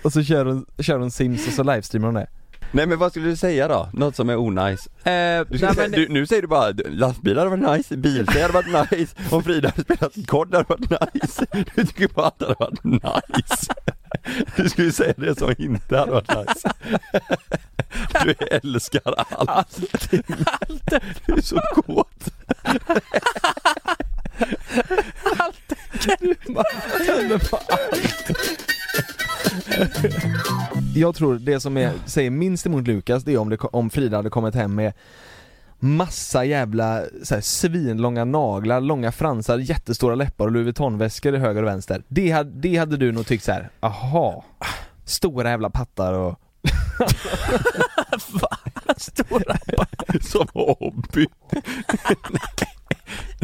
Speaker 8: Och så kör hon, kör hon Sims och så livestreamar hon det
Speaker 7: Nej men vad skulle du säga då? Något som är onajs?
Speaker 9: Eh,
Speaker 7: Du skulle
Speaker 9: nej,
Speaker 7: säga,
Speaker 9: men-
Speaker 7: du, nu säger du bara, du, lastbilar hade varit nice, biltjejer hade varit nice, om Frida hade spelat kod hade varit nice. Du tycker bara att det hade varit nice. Du skulle säga det som inte hade varit nice. Du älskar allt. Du är så kåt.
Speaker 8: Jag tror det som är, säger minst emot Lukas det är om, det, ko- om Frida hade kommit hem med Massa jävla så här, svinlånga naglar, långa fransar, jättestora läppar och Louis Vuitton-väskor i höger och vänster Det hade, det hade du nog tyckt så här. aha Stora jävla pattar och
Speaker 9: Stora.
Speaker 7: Som hobby.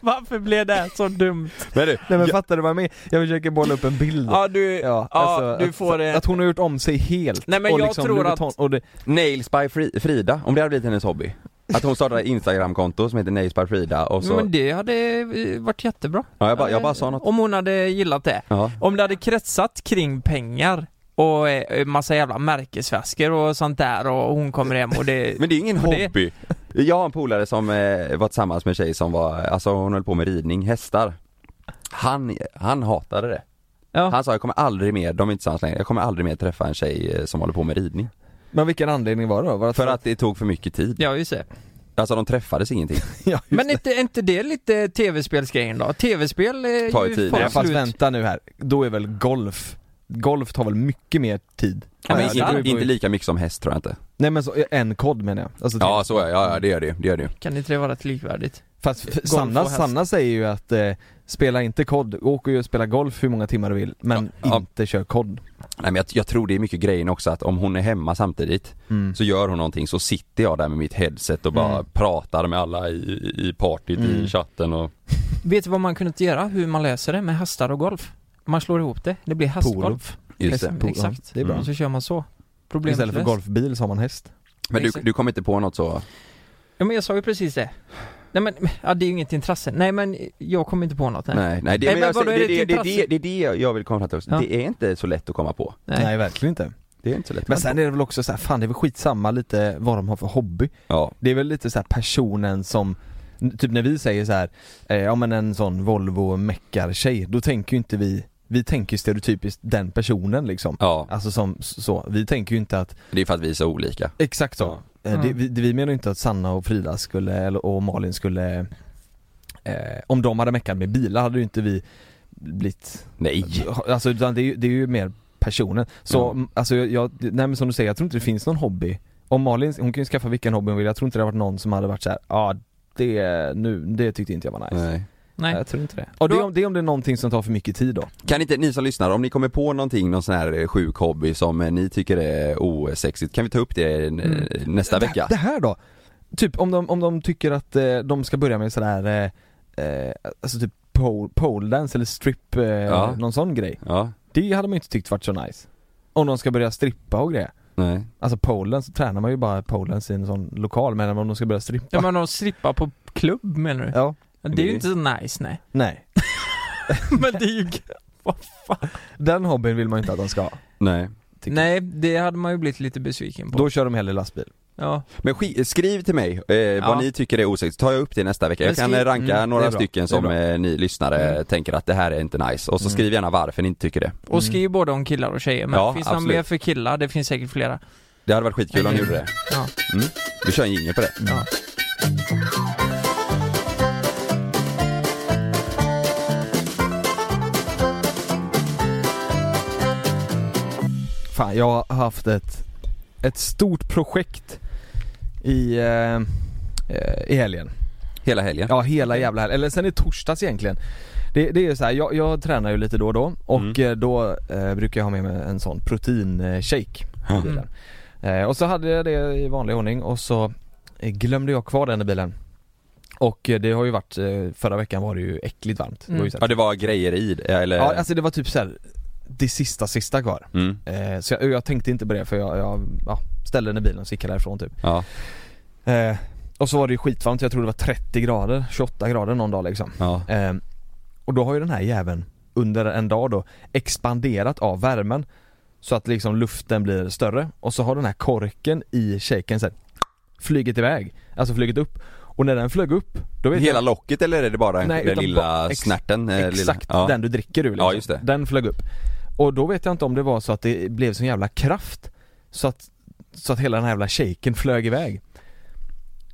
Speaker 9: Varför blev det här så dumt?
Speaker 7: Men du,
Speaker 8: Nej men
Speaker 7: jag,
Speaker 8: fattar du vad jag menar? Jag försöker bolla upp en bild
Speaker 9: Ja du, ja,
Speaker 8: alltså,
Speaker 9: du får
Speaker 8: att,
Speaker 9: det.
Speaker 8: att hon har gjort om sig helt
Speaker 9: Nej, men
Speaker 8: och liksom
Speaker 9: jag tror
Speaker 8: Louis
Speaker 9: att-
Speaker 8: Vuitton- och det,
Speaker 7: Nails by Fri- Frida, om det hade blivit hennes hobby. Att hon startar ett Instagramkonto som heter Nails by Frida och så,
Speaker 9: Men det hade eh, varit jättebra.
Speaker 7: ja, Alltså- jag, bara, jag bara sa något.
Speaker 9: Om hon hade gillat det.
Speaker 7: Ja.
Speaker 9: Om det hade kretsat kring pengar och eh, massa jävla märkesväskor och sånt där och hon kommer hem och det...
Speaker 7: Men det är ingen
Speaker 9: Och det-
Speaker 7: hobby. Jag har en polare som eh, var tillsammans med en tjej som var, alltså hon höll på med ridning, hästar. Han, han hatade det.
Speaker 9: Ja.
Speaker 7: Han sa jag kommer aldrig mer, de är inte tillsammans längre, jag kommer aldrig mer träffa en tjej eh, som håller på med ridning.
Speaker 8: Men vilken anledning var det då? Var det
Speaker 7: För att det tog för mycket tid.
Speaker 9: Ja, just det.
Speaker 7: Alltså de träffades ingenting.
Speaker 8: ja, just
Speaker 9: Men
Speaker 8: det.
Speaker 9: inte, är inte det lite tv-spelsgrejen då? Tv-spel är
Speaker 7: Tar ju tid.
Speaker 9: fan
Speaker 7: Nej,
Speaker 8: Nej, fast
Speaker 9: slut.
Speaker 8: vänta nu här, då är väl golf, golf tar väl mycket mer tid?
Speaker 9: Ja, men
Speaker 8: Nej,
Speaker 9: gitarr.
Speaker 8: det beror
Speaker 7: inte,
Speaker 8: ju på-
Speaker 7: inte lika mycket som häst tror jag inte.
Speaker 8: Nej men så, en kod menar jag, alltså,
Speaker 7: Ja så är ja, ja det gör det ju, det gör det ju.
Speaker 9: Kan inte det vara rätt likvärdigt?
Speaker 8: Fast f-
Speaker 9: Golf
Speaker 8: Sanna,
Speaker 9: och häst.
Speaker 8: Sanna säger ju att eh, spela inte kod, åk och spela golf hur många timmar du vill, men
Speaker 7: Ja.
Speaker 8: inte kör kod
Speaker 7: Nej men jag, jag tror det är mycket grejen också att om hon är hemma samtidigt
Speaker 8: Mm.
Speaker 7: så gör hon någonting så sitter jag där med mitt headset och bara
Speaker 8: Mm.
Speaker 7: pratar med alla i, i- i partyt i
Speaker 8: Mm.
Speaker 7: chatten och
Speaker 9: Vet du vad man kunde inte göra? Hur man löser det med hästar och golf? Man slår ihop det, det blir hästgolf. Liksom,
Speaker 7: just det.
Speaker 8: Polo.
Speaker 9: Exakt.
Speaker 8: Det är bra
Speaker 9: Och så kör man så. Problemet
Speaker 8: Istället för
Speaker 9: löst.
Speaker 8: golfbil så har man häst
Speaker 7: Men du,
Speaker 9: Exakt.
Speaker 7: du kommer inte på något så?
Speaker 9: Ja men jag sa ju precis det. Nej men, ja, det är ju inget intresse. Nej men, jag kommer inte på något. Nej.
Speaker 7: Nej, nej det,
Speaker 9: Nej,
Speaker 7: men
Speaker 9: men
Speaker 7: jag
Speaker 9: vadå,
Speaker 7: säger-
Speaker 9: är det
Speaker 7: det,
Speaker 9: ett
Speaker 7: det, det, det,
Speaker 9: intresse?
Speaker 7: det, är det jag vill komma fram till också.
Speaker 9: Ja.
Speaker 7: Det är inte så lätt att komma på.
Speaker 8: Nej,
Speaker 9: Nej.
Speaker 8: verkligen inte
Speaker 7: Det är inte så lätt.
Speaker 8: Men sen är det väl också så här, fan det är väl skitsamma lite vad de har för hobby
Speaker 7: Ja,
Speaker 8: Det är väl lite så här personen som Typ när vi säger så här, eh, ja men en sån Volvo meckartjej, då tänker ju inte vi Vi tänker ju stereotypiskt den personen liksom
Speaker 7: ja,
Speaker 8: Alltså som s- så, vi tänker ju inte att
Speaker 7: det är för att vi är så olika.
Speaker 8: Exakt så Eh, det,
Speaker 9: Mm.
Speaker 8: vi, det, vi menar ju inte att Sanna och Frida skulle, eller och Malin skulle eh, Om de hade meckat med bilar hade ju inte vi blivit
Speaker 7: Nej.
Speaker 8: Alltså utan det är ju, det är ju mer personen. Så m- alltså jag, jag, nej men som du säger, jag tror inte det finns någon hobby. Om Malin, hon kan ju skaffa vilken hobby hon vill, jag tror inte det har varit någon som hade varit så här, ja ah, det, nu, det tyckte inte jag var nice.
Speaker 7: Nej.
Speaker 9: Nej.
Speaker 8: Jag tror inte det. Och det är, om, det är om det är någonting som tar för mycket tid då.
Speaker 7: Kan inte ni som lyssnar, om ni kommer på någonting, någon sån här eh, sjuk hobby som eh, ni tycker är osexigt, kan vi ta upp det eh,
Speaker 9: Mm.
Speaker 7: nästa vecka?
Speaker 8: Det här då? Typ om de, om de tycker att eh, de ska börja med sådär, eh, eh, alltså typ pole, pole dance eller strip, eh,
Speaker 7: Ja.
Speaker 8: någon sån grej.
Speaker 7: Ja,
Speaker 8: Det hade man ju inte tyckt varit så nice. Om de ska börja strippa och grejer.
Speaker 7: nej.
Speaker 8: Alltså pole dance, så tränar man ju bara pole dance i en sån lokal, men om de ska börja strippa.
Speaker 9: Ja men de strippar på klubb menar du?
Speaker 8: Ja,
Speaker 9: Det är ju inte så nice nej.
Speaker 8: nej.
Speaker 9: Men det är ju... Vad fan?
Speaker 8: Den hobbyn vill man ju inte att de ska ha.
Speaker 7: nej.
Speaker 8: tycker
Speaker 9: Nej, det hade man ju blivit lite besviken på.
Speaker 8: Då kör de hellre lastbil.
Speaker 9: Ja.
Speaker 7: Men sk- skriv till mig eh,
Speaker 9: Ja.
Speaker 7: vad ni tycker är osexigt, tar jag upp det nästa vecka.
Speaker 9: Men
Speaker 7: Jag kan
Speaker 9: skriv-
Speaker 7: eh, ranka
Speaker 8: Mm, det
Speaker 7: några
Speaker 8: är bra. Det är
Speaker 7: stycken som
Speaker 8: bra. Mm.
Speaker 7: eh, ni lyssnare tänker att det här är inte nice, och så skriv gärna varför ni inte tycker det.
Speaker 9: Och skriv både om killar och tjejer, men
Speaker 7: Ja,
Speaker 9: finns det något
Speaker 7: absolut.
Speaker 9: mer för killar? Det finns säkert flera.
Speaker 7: Mm. Det hade varit skitkul om ni gjorde det.
Speaker 9: Ja.
Speaker 7: Mm. Vi kör en jingel på det.
Speaker 8: Mm.
Speaker 9: Ja.
Speaker 8: Fan, jag har haft ett, ett stort projekt i, eh, eh, i helgen.
Speaker 7: Hela helgen.
Speaker 8: Ja, hela jävla helgen. Eller sen i torsdags egentligen. Det, det är ju så här, jag, jag tränar ju lite då och då och
Speaker 7: Mm.
Speaker 8: eh, då eh, brukar jag ha med mig en sån proteinshake i
Speaker 9: Mm.
Speaker 8: bilen. Eh, och så hade jag det i vanlig ordning och så eh, glömde jag kvar den i bilen. Och eh, det har ju varit, eh, förra veckan var det ju äckligt varmt. Det var ju så här-
Speaker 7: Ja, det var grejer i det, eller?
Speaker 8: ja, alltså det var typ så här det sista sista kvar.
Speaker 7: mm.
Speaker 8: Eh, så jag, jag tänkte inte på det för jag, jag ja, ställde den i bilen och så gick jag därifrån typ.
Speaker 7: ja.
Speaker 8: Eh, och så var det ju skitvarmt, jag tror det var 30 grader, 28 grader någon dag liksom.
Speaker 7: ja.
Speaker 8: Eh, och då har ju den här jäveln under en dag då expanderat av värmen så att liksom luften blir större och så har den här korken i shaken sen flugit iväg, alltså flugit upp. Och när den flög upp, då vet
Speaker 7: Hela
Speaker 8: jag,
Speaker 7: locket eller är det bara
Speaker 8: Nej,
Speaker 7: Nej, den
Speaker 8: utan
Speaker 7: lilla
Speaker 8: ba- ex-
Speaker 7: snärten? eh, lilla?
Speaker 8: exakt
Speaker 7: Ja.
Speaker 8: den du dricker ur liksom.
Speaker 7: Ja, just det.
Speaker 8: Den flög upp. Och då vet jag inte om det var så att det blev sån jävla kraft så att, så att hela den här jävla shaken flög iväg.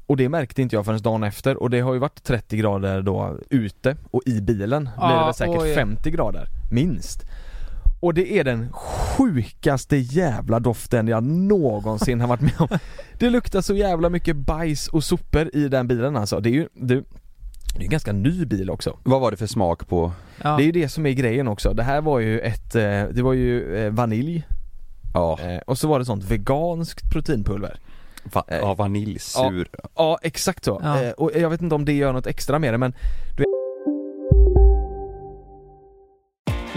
Speaker 8: Och det märkte inte jag förrän dagen efter och det har ju varit 30 grader då ute och i bilen blir det
Speaker 9: Ja,
Speaker 8: väl säkert
Speaker 9: oj.
Speaker 8: 50 grader, minst. Och det är den sjukaste jävla doften jag någonsin har varit med om. Det luktar så jävla mycket bajs och sopor i den bilen alltså. Det är ju, det, det är en ganska ny bil också.
Speaker 7: Vad var det för smak på?
Speaker 9: Ja.
Speaker 8: Det är ju det som är grejen också. Det här var ju ett, eh, det var ju eh, vanilj
Speaker 7: Ja,
Speaker 8: eh, och så var det sånt veganskt proteinpulver.
Speaker 7: va- ja vaniljsur.
Speaker 8: eh, Ja exakt så.
Speaker 9: Ja.
Speaker 8: Eh, Och jag vet inte om det gör något extra med det men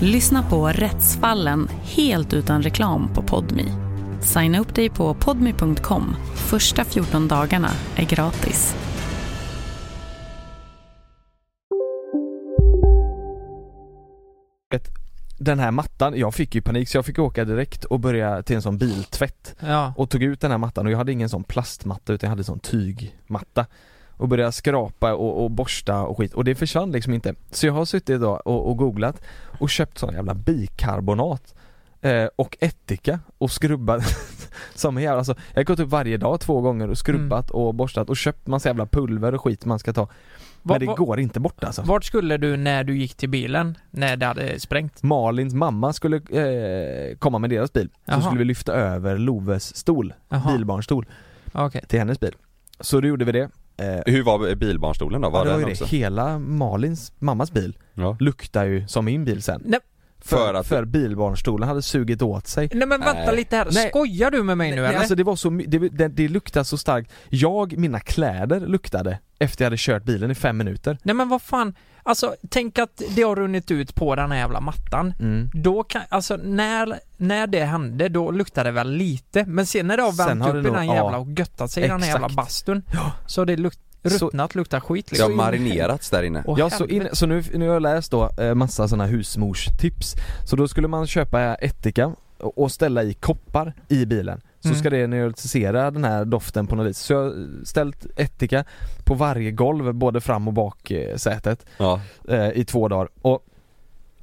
Speaker 11: Lyssna på Rättsfallen helt utan reklam på Podmi. Signa upp dig på podmi.com. Första 14 dagarna är gratis.
Speaker 8: vet, den här mattan, jag fick ju panik så jag fick åka direkt och börja till en sån biltvätt.
Speaker 9: Ja.
Speaker 8: Och tog ut den här mattan och jag hade ingen sån plastmatta utan jag hade en sån tygmatta. Och började skrapa och, och borsta och skit och det försvann liksom inte. Så jag har suttit idag och, och googlat och köpt sån jävla bikarbonat eh, och ättika och skrubbat som en jävla, alltså, jag har gått upp varje dag två gånger och skrubbat
Speaker 9: Mm.
Speaker 8: och borstat och köpt massa jävla pulver och skit man ska ta. Men
Speaker 9: Vad-
Speaker 8: det
Speaker 9: vad-
Speaker 8: går inte bort alltså.
Speaker 9: Vart skulle du när du gick till bilen? När det hade sprängt?
Speaker 8: Malins mamma skulle eh, komma med deras bil, så
Speaker 9: Jaha.
Speaker 8: skulle vi lyfta över Loves stol,
Speaker 9: Jaha.
Speaker 8: bilbarnstol, till hennes bil. Så då gjorde vi det. Eh,
Speaker 7: Hur var bilbarnstolen då? Var
Speaker 8: ja, det var
Speaker 7: den
Speaker 8: ju
Speaker 7: också?
Speaker 8: det. Hela Malins mammas bil
Speaker 7: Ja.
Speaker 8: luktar ju som min bil sen.
Speaker 9: Nej.
Speaker 8: För, för, att... för bilbarnstolen hade sugit åt sig.
Speaker 9: Nej men vänta lite här,
Speaker 8: Nej.
Speaker 9: skojar du med mig nu
Speaker 8: Nej,
Speaker 9: eller?
Speaker 8: alltså det var så, my- det, det, det luktade så starkt. Jag, mina kläder luktade efter jag hade kört bilen i fem minuter.
Speaker 9: Nej men vad fan, alltså tänk att det har runnit ut på den här jävla mattan.
Speaker 8: Mm.
Speaker 9: Då kan, alltså när, när det hände då luktade det väl lite, men sen när det har
Speaker 8: Sen
Speaker 9: värmt
Speaker 8: har
Speaker 9: upp
Speaker 8: det
Speaker 9: i
Speaker 8: nog-
Speaker 9: den jävla
Speaker 8: ja.
Speaker 9: och göttat sig i den här
Speaker 8: Exakt.
Speaker 9: jävla bastun, så har det lukt, ruttnat, luktar skit liksom.
Speaker 7: Det har
Speaker 8: liksom-
Speaker 7: marinerats där inne.
Speaker 9: Åh,
Speaker 8: ja, så, in,
Speaker 9: helvete.
Speaker 8: så nu, nu har jag läst då eh, massa sådana husmorstips. Så då skulle man köpa ättika och och ställa i koppar i bilen. Så
Speaker 9: Mm.
Speaker 8: ska det neutralisera den här doften på något vis. Så jag har ställt ättika på varje golv, både fram och bak eh, sätet
Speaker 7: Ja.
Speaker 8: eh, i två dagar. Och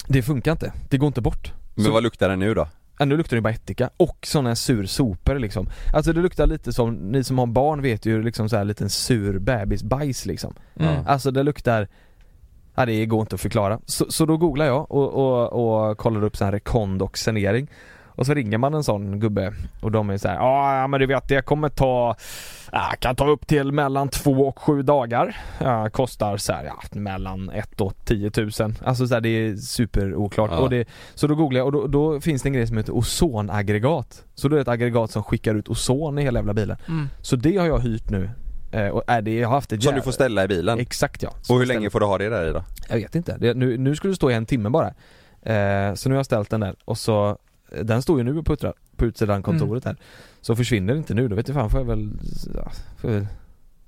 Speaker 8: det funkar inte, det går inte bort.
Speaker 7: Men
Speaker 8: Så-
Speaker 7: vad luktar den nu då?
Speaker 8: Ja, nu luktar det bara ättika och sådana här sursopor liksom. Alltså det luktar lite som, ni som har barn vet ju liksom så här liten sur bebisbajs liksom.
Speaker 7: Mm.
Speaker 8: Alltså det luktar, ja det går inte att förklara. Så, så då googlar jag och, och, och kollar upp sån här rekondoxenering. Och så ringer man en sån gubbe och de är så här, ja men du vet det kommer ta, ja, kan ta upp till mellan två och sju dagar. Ja, kostar så här, ja, mellan ett och 10 000. Alltså så här, det är superoklart.
Speaker 7: Ja.
Speaker 8: Och det, så då googlar jag och då, då finns det en grej som heter ozonaggregat. Så det är ett aggregat som skickar ut ozon i hela jävla bilen.
Speaker 9: Mm.
Speaker 8: Så det har jag hyrt nu. Eh, och, är det, jag har haft ett
Speaker 7: Som
Speaker 8: jävla-
Speaker 7: du får ställa i bilen?
Speaker 8: Exakt ja.
Speaker 7: Och hur länge får du ha det där i då?
Speaker 8: Jag vet inte. Det, nu, nu skulle det stå i en timme bara. Eh, så nu har jag ställt den där och så eh, den står ju nu på, utra, på utsidan kontoret här. Så försvinner det inte nu, då vet jag fan får jag väl, ja, får jag väl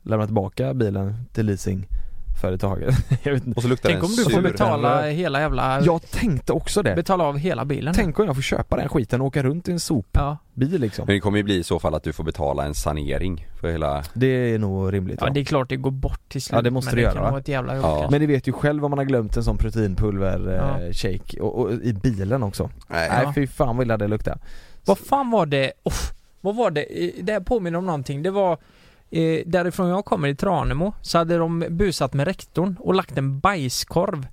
Speaker 8: lämna tillbaka bilen till leasingföretaget. jag vet inte.
Speaker 7: Och så luktar
Speaker 9: Tänk om du får betala hela jävla...
Speaker 8: Jag tänkte också det.
Speaker 9: Betala av hela bilen.
Speaker 8: Tänk om jag får köpa den skiten och åka runt i en sopbil liksom.
Speaker 7: Men det kommer ju bli i så fall att du får betala en sanering för hela...
Speaker 8: Det är nog rimligt.
Speaker 9: Ja det är klart det går bort till slut
Speaker 8: Ja det måste
Speaker 9: men
Speaker 8: det
Speaker 9: det
Speaker 8: göra
Speaker 9: kan
Speaker 8: va?
Speaker 9: vara ett jävla jobb
Speaker 8: Men ni vet ju själv om man har glömt en sån proteinpulver eh,
Speaker 9: Ja.
Speaker 8: shake och, och, i bilen också. Nej,
Speaker 9: Ja.
Speaker 8: fy fan vad illa det luktar.
Speaker 9: Vad fan var det? Oh, vad var det? Eh, Det här påminner om någonting. Det var eh, därifrån jag kommer i Tranemo så hade de busat med rektorn och lagt en bajskorv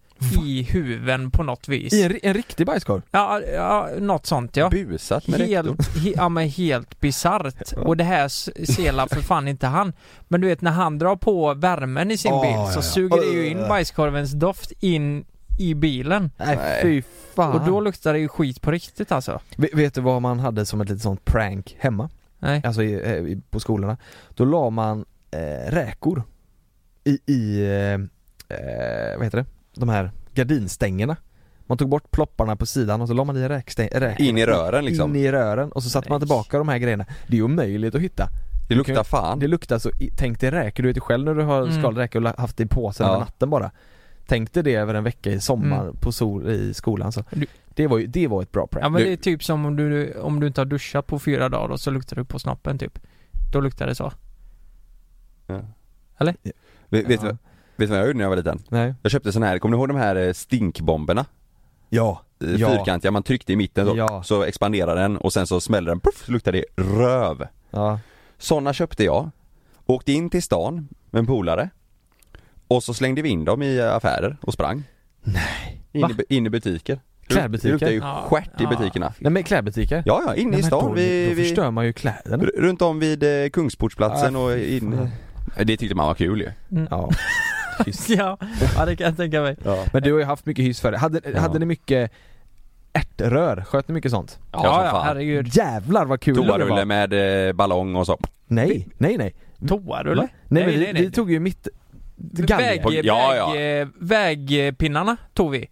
Speaker 9: i huven på något vis.
Speaker 8: I en, ri- en riktig bajskorv?
Speaker 9: Ja, ja, något sånt ja.
Speaker 7: Busat
Speaker 8: med
Speaker 9: helt, he, Ja men helt bisarrt. Och det här s- selar för fan inte han. Men du vet när han drar på värmen i sin
Speaker 8: Ah,
Speaker 9: bil
Speaker 8: ja, Ah.
Speaker 9: så
Speaker 8: ja.
Speaker 9: suger det ju in bajskorvens doft in i bilen.
Speaker 8: Nej, fy fan.
Speaker 9: Och då luktar det ju skit på riktigt alltså.
Speaker 8: Ve- Vet du vad man hade som ett litet sånt prank hemma?
Speaker 9: Nej.
Speaker 8: Alltså i, eh, i, på skolorna. Då la man eh, räkor i, i eh, eh, vad heter det? De här gardinstängerna. Man tog bort plopparna på sidan och så la man i räkstäng- räkor.
Speaker 7: In i rören, liksom.
Speaker 8: In i rören och så satte man tillbaka de här grejerna. Det är ju omöjligt att hitta.
Speaker 7: Det
Speaker 8: Du kan
Speaker 7: luktar
Speaker 8: ju-
Speaker 7: fan.
Speaker 8: Det luktar så, i- tänk dig räkor, du vet ju själv när du har
Speaker 7: Mm.
Speaker 8: skalat räkor och la- haft det i påsen
Speaker 7: Ja.
Speaker 8: över natten bara. Tänk dig det över en vecka i sommar
Speaker 9: Mm.
Speaker 8: på sol, i skolan så.
Speaker 9: Du-
Speaker 8: Det var ju, det var ett bra prank.
Speaker 9: Ja men det är typ som om du, om du inte har duschat på fyra dagar och så luktar du på snoppen typ. Då luktar det så.
Speaker 7: Ja.
Speaker 9: Eller?
Speaker 7: Vet, vet, du, vad- vet du vad jag gjorde när jag var liten?
Speaker 8: Nej.
Speaker 7: Jag köpte såna här, kommer ni ihåg de här eh, stinkbomberna? Eh,
Speaker 8: Ja. Ja.
Speaker 7: Fyrkantiga, man tryckte i mitten då,
Speaker 8: Ja.
Speaker 7: så expanderade den och sen så smällde den, puff, så luktade det röv.
Speaker 8: Ja.
Speaker 7: Såna köpte jag, åkte in till stan med en polare och så slängde vi in dem i eh, affärer och sprang. Nej. In, i, bu- in i butiker.
Speaker 8: Klädbutiker?
Speaker 7: Det luktade ju
Speaker 8: Ja.
Speaker 7: stjärt i
Speaker 8: Ja.
Speaker 7: butikerna.
Speaker 8: Nej men klädbutiker?
Speaker 7: Ja, ja, inne
Speaker 8: Nej,
Speaker 7: i
Speaker 8: men
Speaker 7: stan.
Speaker 8: Då,
Speaker 7: Vi,
Speaker 8: då
Speaker 7: vi,
Speaker 8: förstör man ju kläderna.
Speaker 7: r- runt om vid eh, Kungsportsplatsen
Speaker 8: Ah,
Speaker 7: och
Speaker 8: fy
Speaker 7: in. Det tyckte man var kul ju.
Speaker 8: Ja. Hyss.
Speaker 9: Ja, ja det kan jag tänka mig.
Speaker 7: Ja.
Speaker 8: Men du har ju haft mycket hyss för det. Hade, hade ni mycket ärtrör? Sköt ni mycket sånt?
Speaker 7: Ja, Ja, som ja, fan.
Speaker 9: herregud.
Speaker 8: Jävlar vad kul det
Speaker 7: Toarulle
Speaker 8: var.
Speaker 7: med eh, ballong och så.
Speaker 8: Nej, nej, nej.
Speaker 9: Toarulle?
Speaker 8: Va? Nej, men
Speaker 9: Nej,
Speaker 8: vi,
Speaker 9: nej, nej.
Speaker 8: vi tog ju mitt...
Speaker 9: Väg,
Speaker 8: Galge.
Speaker 9: väg,
Speaker 7: Ja, ja.
Speaker 9: eh, vägpinnarna tog vi.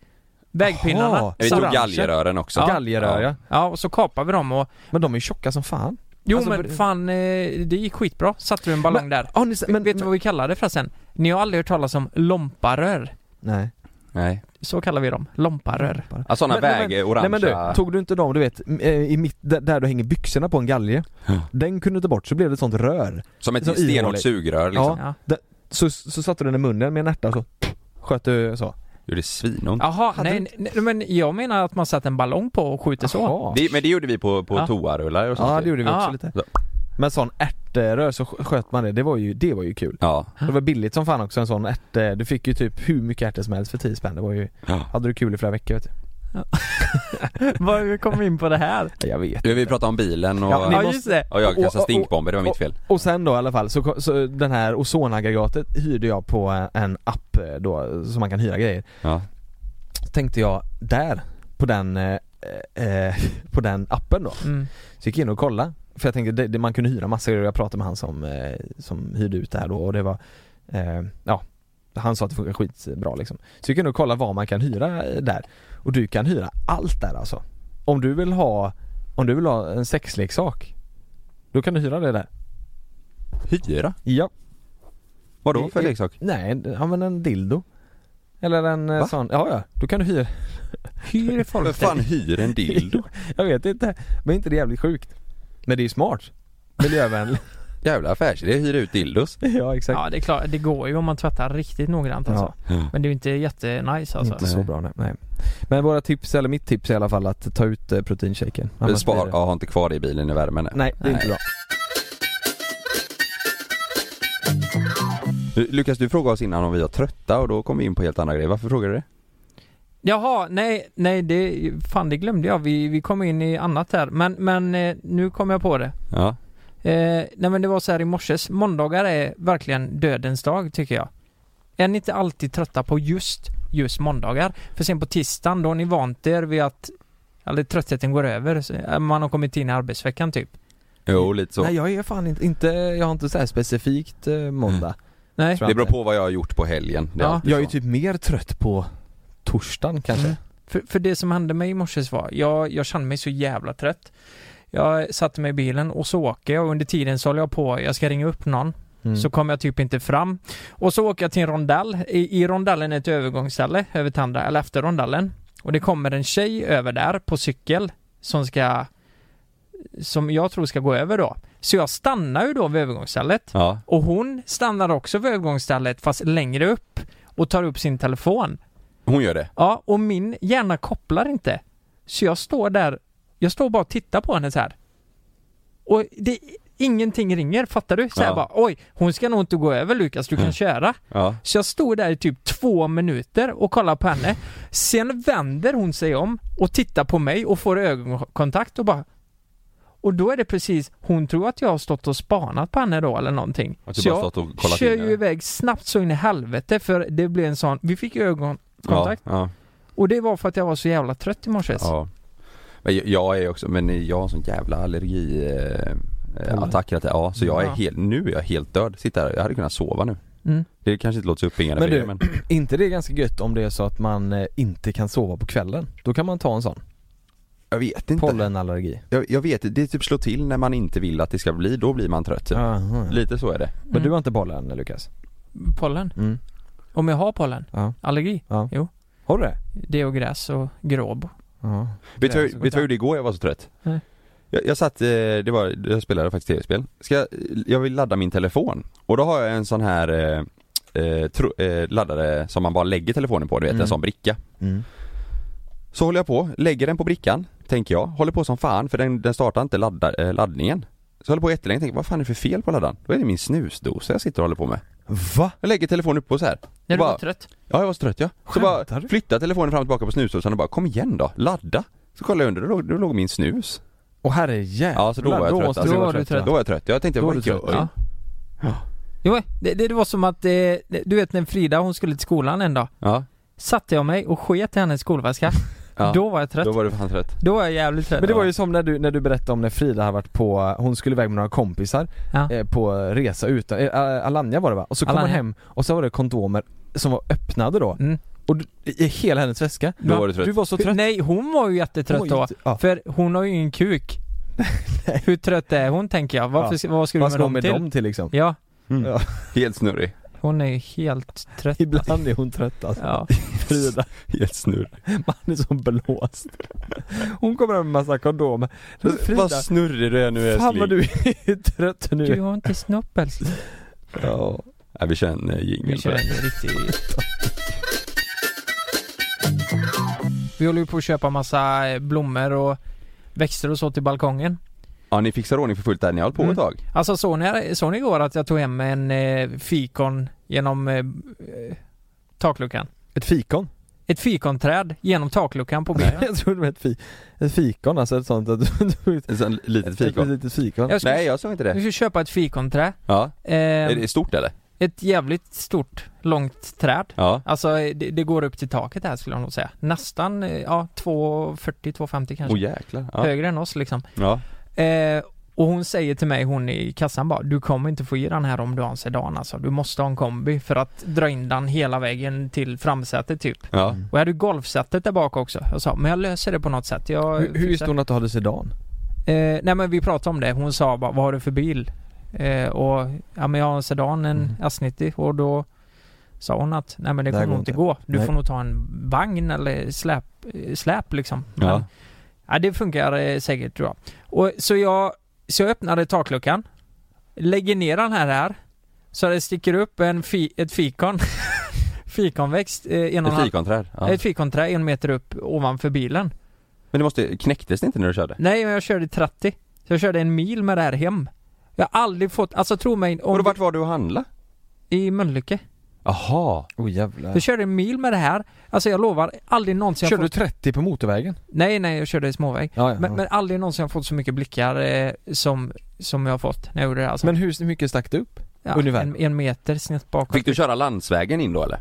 Speaker 9: Vägpinnarna.
Speaker 8: Jaha.
Speaker 7: Vi tog
Speaker 9: Orange.
Speaker 7: galgerören också.
Speaker 8: Galgerör ja.
Speaker 9: Ja, och så kapade vi dem och...
Speaker 8: Men de är ju tjocka som fan.
Speaker 9: Jo
Speaker 8: Alltså,
Speaker 9: men
Speaker 8: för-
Speaker 9: fan, eh, det gick skitbra. Satte du en ballong där.
Speaker 8: har Ah, ni, men,
Speaker 9: Vet du vad vi kallar det förresten? Ni har aldrig hört talas om lomparör?
Speaker 8: Nej.
Speaker 7: Nej.
Speaker 9: Så kallar vi dem. Lomparör.
Speaker 7: Ja, såna väg,
Speaker 8: nej, men,
Speaker 7: orangea.
Speaker 8: nej men du, tog du inte dem du vet, eh, i mitt, där, där du hänger byxorna på en galge? Den kunde du ta bort, så blev det ett sånt rör.
Speaker 7: Som ett
Speaker 8: ihåligt.
Speaker 7: stenhårt sugrör, liksom.
Speaker 8: Ja, där- så, så satte du den i munnen med en ärta och så sköt du så.
Speaker 7: Gjorde svinont.
Speaker 9: Jaha, nej, nej, men jag menar att man satte en ballong på och skjuter så.
Speaker 7: Det, men det gjorde vi på, på
Speaker 9: Ja.
Speaker 7: toarullar och sånt
Speaker 8: Ja
Speaker 7: ju.
Speaker 8: det gjorde vi också
Speaker 9: Ja.
Speaker 8: lite Men sån ärtrör så sk- sköt man det, det var ju, det var ju kul
Speaker 7: Ja
Speaker 8: Det var billigt som fan också en sån ärt, eh, du fick ju typ hur mycket ärtor som helst för 10 spänn, det var ju, hade du kul i flera veckor vet du
Speaker 9: Vad- Hur kom vi in på det här?
Speaker 8: Jag vet
Speaker 7: Du, Vi pratade om bilen och...
Speaker 8: Ja, ni måste-
Speaker 7: Och jag kastade
Speaker 8: och- och-
Speaker 7: stinkbomber, det var mitt fel.
Speaker 8: Och sen då i alla fall, så, ko- så den här ozonaggregatet hyrde jag på eh, en app eh, då, som man kan hyra grejer
Speaker 7: Ja.
Speaker 8: Så tänkte jag, där, på den, eh, eh, på den appen då
Speaker 9: Mm.
Speaker 8: Så gick jag in och kollade, för jag tänkte det, det, man kunde hyra massa grejer och jag pratade med han som, eh, som hyrde ut det här då och det var, eh, ja han sa att det funkar skitbra liksom. Så gick jag in och kollade vad man kan hyra eh, där och du kan hyra allt där alltså. Om du vill ha, om du vill ha en sexleksak, då kan du hyra det där.
Speaker 7: Hyra?
Speaker 8: Ja.
Speaker 7: Vadå för leksak?
Speaker 8: Nej, ja men en dildo. Eller en eh, sån, ja ja, då kan du hyra.
Speaker 9: Hyr folk
Speaker 7: Vem fan hyr en dildo?
Speaker 8: jag vet inte, men är inte det jävligt sjukt? Men det är ju smart. Miljövänlig.
Speaker 7: Jävla affärsidé, hyra ut dildos.
Speaker 8: Ja exakt.
Speaker 9: Ja det är klart, det går ju om man tvättar riktigt noggrant alltså.
Speaker 7: Ja.
Speaker 9: Men det är ju inte jättenice alltså.
Speaker 8: Inte så bra nej. nej. Men våra tips, eller mitt tips i alla fall, att ta ut eh, proteinshaken.
Speaker 7: Vi
Speaker 8: Annars blir
Speaker 7: spar,
Speaker 8: det-
Speaker 7: ja, har inte kvar det i bilen i värmen nej.
Speaker 8: Nej, det är inte bra.
Speaker 7: Du, Lukas, du frågade oss innan om vi var trötta och då kom vi in på helt andra grejer. Varför frågade du det?
Speaker 9: Jaha, nej, nej det, fan det glömde jag. Vi, vi kom in i annat här. Men, men eh, nu kom jag på det.
Speaker 7: Ja.
Speaker 9: Eh, nej men det var så här i morses. Måndagar är verkligen dödens dag tycker jag. Är ni inte alltid trötta på just, just måndagar? För sen på tisdagen då har ni vant er vid att, eller tröttheten går över. Så, eh, Man har kommit in i arbetsveckan typ.
Speaker 7: Jo, lite så.
Speaker 8: Nej jag är fan inte, inte jag har inte så här specifikt eh, måndag.
Speaker 9: Nej.
Speaker 7: Det beror på vad jag har gjort på helgen. Det är alltid
Speaker 8: Jag är
Speaker 7: så.
Speaker 8: ju typ mer trött på torsdagen kanske.
Speaker 9: För, för det som hände mig i morse var, jag, jag kände mig så jävla trött. Jag satte mig i bilen och så åker jag och under tiden så håller jag på, jag ska ringa upp någon.
Speaker 12: Mm.
Speaker 9: Så kom jag typ inte fram. Och så åker jag till en rondell. I, i rondellen är ett övergångsställe över till andra, eller efter rondellen. Och det kommer en tjej över där på cykel som ska, som jag tror ska gå över då. Så jag stannar ju då vid övergångsstället.
Speaker 7: Ja.
Speaker 9: Och hon stannar också vid övergångsstället fast längre upp och tar upp sin telefon.
Speaker 7: Hon gör det?
Speaker 9: Ja, och min hjärna kopplar inte. Så jag står där, jag står bara och tittar på henne så här. Och det, ingenting ringer, fattar du? Så här
Speaker 7: Ja. Mm.
Speaker 9: bara, oj, hon ska nog inte gå över Lukas, du kan köra.
Speaker 7: Ja.
Speaker 9: Så jag stod där i typ två minuter och kollade på henne. Sen vänder hon sig om och tittar på mig och får ögonkontakt och bara och då är det precis, hon tror att jag har stått och spanat på henne då eller någonting.
Speaker 7: Att du
Speaker 9: Så
Speaker 7: bara
Speaker 9: jag
Speaker 7: stått och kollat
Speaker 9: kör
Speaker 7: in,
Speaker 9: ju iväg snabbt så in i helvete för det blev en sån, vi fick ögonkontakt.
Speaker 7: Ja, ja.
Speaker 9: Och det var för att jag var så jävla trött i morse.
Speaker 7: Ja. Men jag- jag är också, men jag har en sån jävla allergi eh, eh, attack hela tiden. Ja, så jag är
Speaker 9: Ja.
Speaker 7: helt, nu är jag helt död. Sitter här, jag hade kunnat sova nu.
Speaker 9: Mm.
Speaker 7: Det kanske inte låter så uppbringande
Speaker 8: Men
Speaker 7: för
Speaker 8: du,
Speaker 7: er men
Speaker 8: inte det är ganska gött om det är så att man eh, inte kan sova på kvällen? Då kan man ta en sån.
Speaker 7: Jag vet inte.
Speaker 8: Pollenallergi.
Speaker 7: jag, jag vet, det typ slår till när man inte vill att det ska bli, då blir man trött typ.
Speaker 8: Aha.
Speaker 7: Lite så är det.
Speaker 8: Men du har inte pollen Lukas?
Speaker 9: Pollen?
Speaker 8: Mm.
Speaker 9: Om jag har pollen?
Speaker 8: Ja.
Speaker 9: Allergi?
Speaker 8: Ja.
Speaker 9: Jo.
Speaker 8: Har du det?
Speaker 9: Det och gräs och gråbo.
Speaker 8: Ja.
Speaker 7: Vet du vad- vet du vad jag gjorde igår? Jag var så trött.
Speaker 9: Nej.
Speaker 7: Jag, jag satt, eh, det var, jag spelade faktiskt tv-spel. Ska jag, jag vill ladda min telefon och då har jag en sån här eh, eh, tro, eh, laddare som man bara lägger telefonen på, du vet
Speaker 8: Mm.
Speaker 7: en sån bricka.
Speaker 8: Mm.
Speaker 7: Så håller jag på, lägger den på brickan, tänker jag. Håller på som fan för den, den startar inte ladda, eh, laddningen. Så jag håller på jättelänge och tänker, vad fan är det för fel på laddaren? Då är det min snusdosa jag sitter och håller på med.
Speaker 8: Va?
Speaker 7: Jag lägger telefonen uppe och så här.
Speaker 9: När du
Speaker 7: Bara-
Speaker 9: var trött?
Speaker 7: Ja, jag var så trött ja. Så bara flyttade telefonen fram och tillbaka på snusdosan och bara, kom igen då, ladda. Så kollade jag under, då låg, då låg min snus.
Speaker 8: Och här är jävlar,
Speaker 7: Ja, så då var jag trött.
Speaker 8: måste du
Speaker 7: alltså.
Speaker 8: vara trött.
Speaker 7: Då var jag trött. Jag tänkte,
Speaker 8: Då var
Speaker 7: vad
Speaker 8: du
Speaker 7: gör
Speaker 8: trött,
Speaker 7: jag?
Speaker 8: ja.
Speaker 9: Jo, det, det, det var som att, eh, du vet när Frida hon skulle till skolan en dag.
Speaker 7: Ja.
Speaker 9: Satte jag mig och sket i hennes skolväska.
Speaker 7: Ja.
Speaker 9: Då var jag trött.
Speaker 7: Då var du fan trött.
Speaker 9: Då var jag jävligt trött.
Speaker 8: Men det var ju som när du, när du berättade om när Frida hade varit på, hon skulle iväg med några kompisar
Speaker 9: Ja.
Speaker 8: eh, på resa utan, eh, Alanya var det va? Och så kom hon
Speaker 9: Alanya. Mm.
Speaker 8: hem och så var det kondomer som var öppnade då Och du, i hela hennes väska
Speaker 9: Då var du trött.
Speaker 8: Du var så trött
Speaker 9: Nej, hon var ju jättetrött
Speaker 8: Hon var
Speaker 9: då.
Speaker 8: jätte-
Speaker 9: För hon har ju ingen kuk. Hur trött är hon tänker jag? Varför, ska- Vad ska du
Speaker 8: Vad
Speaker 9: med,
Speaker 8: ska hon
Speaker 9: dem,
Speaker 8: med
Speaker 9: till?
Speaker 8: dem till liksom?
Speaker 9: Ja.
Speaker 8: Ja.
Speaker 7: Helt snurrig.
Speaker 9: Hon är ju helt trött.
Speaker 8: Ibland är hon trött alltså
Speaker 9: Ja.
Speaker 8: Frida
Speaker 7: Helt snurrig
Speaker 8: Man är så blåst Hon kommer hem med massa kondomer Men Frida,
Speaker 7: Vad snurrig du är nu
Speaker 8: Fan vad
Speaker 7: älskling.
Speaker 8: du är trött nu
Speaker 9: Du har inte snopp älskling.
Speaker 8: Ja.
Speaker 7: Nej, vi kör en eh, jingle
Speaker 9: Vi kör
Speaker 7: på
Speaker 9: en
Speaker 7: det.
Speaker 9: riktig... Vi håller ju på att köpa massa eh, blommor och växter och så till balkongen.
Speaker 7: Ja ni fixar ordning för fullt där, ni har hållit på
Speaker 8: Mm.
Speaker 7: ett tag.
Speaker 9: Alltså såg ni, såg ni igår att jag tog hem en eh, fikon genom eh, eh, takluckan?
Speaker 8: Ett fikon?
Speaker 9: Ett fikonträd genom takluckan på bilen.
Speaker 8: Jag trodde det var ett, fi, ett fikon alltså, ett sånt att du- du...
Speaker 7: Ett sånt litet
Speaker 8: Ett
Speaker 7: fikon.
Speaker 8: litet fikon.
Speaker 9: Jag skulle- Mm.
Speaker 7: Nej jag såg inte
Speaker 9: Nu
Speaker 7: det.
Speaker 9: ska jag köpa ett fikonträ.
Speaker 7: Ja.
Speaker 9: Eh,
Speaker 7: Är det stort eller?
Speaker 9: Ett jävligt stort, långt träd.
Speaker 7: Ja.
Speaker 9: Alltså eh, det, det går upp till taket här skulle jag nog säga. Nästan, eh, ja 2,40-2,50 kanske.
Speaker 7: Åh, jäklar. Ja.
Speaker 9: Högre än oss liksom.
Speaker 7: Ja.
Speaker 9: Eh, och hon säger till mig, hon i kassan bara, du kommer inte få i den här om du har en sedan alltså. Du måste ha en kombi för att dra in den hela vägen till framsätet typ.
Speaker 7: Ja.
Speaker 8: Mm.
Speaker 9: Och jag hade ju golfsätet där bak också. Jag sa, men jag löser det på något sätt. Jag
Speaker 8: Hur, hur visste
Speaker 9: fixar."
Speaker 8: hon att du hade sedan?
Speaker 9: Eh, nej men vi pratade om det. Hon sa bara, vad har du för bil? Eh, och ja men jag har en sedan, en S90 och då sa hon att nej men det
Speaker 8: Det här
Speaker 9: kommer
Speaker 8: går
Speaker 9: nog inte
Speaker 8: inte.
Speaker 9: gå. Du
Speaker 8: Nej.
Speaker 9: får nog ta en vagn eller släp, eh, släp liksom. Men,
Speaker 8: Ja.
Speaker 9: ja. det funkar eh, säkert tror jag. Och, så jag, så jag öppnade takluckan, lägger ner den här här, så det sticker upp en fi, ett fikon, fikonväxt, eh, en och en
Speaker 7: Ett
Speaker 9: halv-
Speaker 7: fikonträd, ja.
Speaker 9: Ett fikonträ en meter upp ovanför bilen.
Speaker 7: Men det måste, knäcktes det inte när du körde?
Speaker 9: Nej, men jag körde i 30. Så jag körde en mil med det här hem. Jag har aldrig fått, alltså tro mig... Om
Speaker 7: Och då vart var du och handla?
Speaker 9: I Mölnlycke.
Speaker 7: Jaha.
Speaker 8: Oh jävlar.
Speaker 9: Jag körde en mil med det här. Alltså jag lovar, aldrig någonsin...
Speaker 8: Körde du
Speaker 9: jag fått...
Speaker 8: 30 på motorvägen?
Speaker 9: Nej, nej, jag körde i småväg.
Speaker 8: Ja, ja,
Speaker 9: men,
Speaker 8: ja.
Speaker 9: men aldrig någonsin har jag fått så mycket blickar eh, som, som jag har fått när jag gjorde det här. Alltså.
Speaker 8: Men hur mycket stack du upp?
Speaker 9: Ja,
Speaker 8: Ungefär?
Speaker 9: En, en meter snett bakom.
Speaker 7: Fick du köra landsvägen in då eller?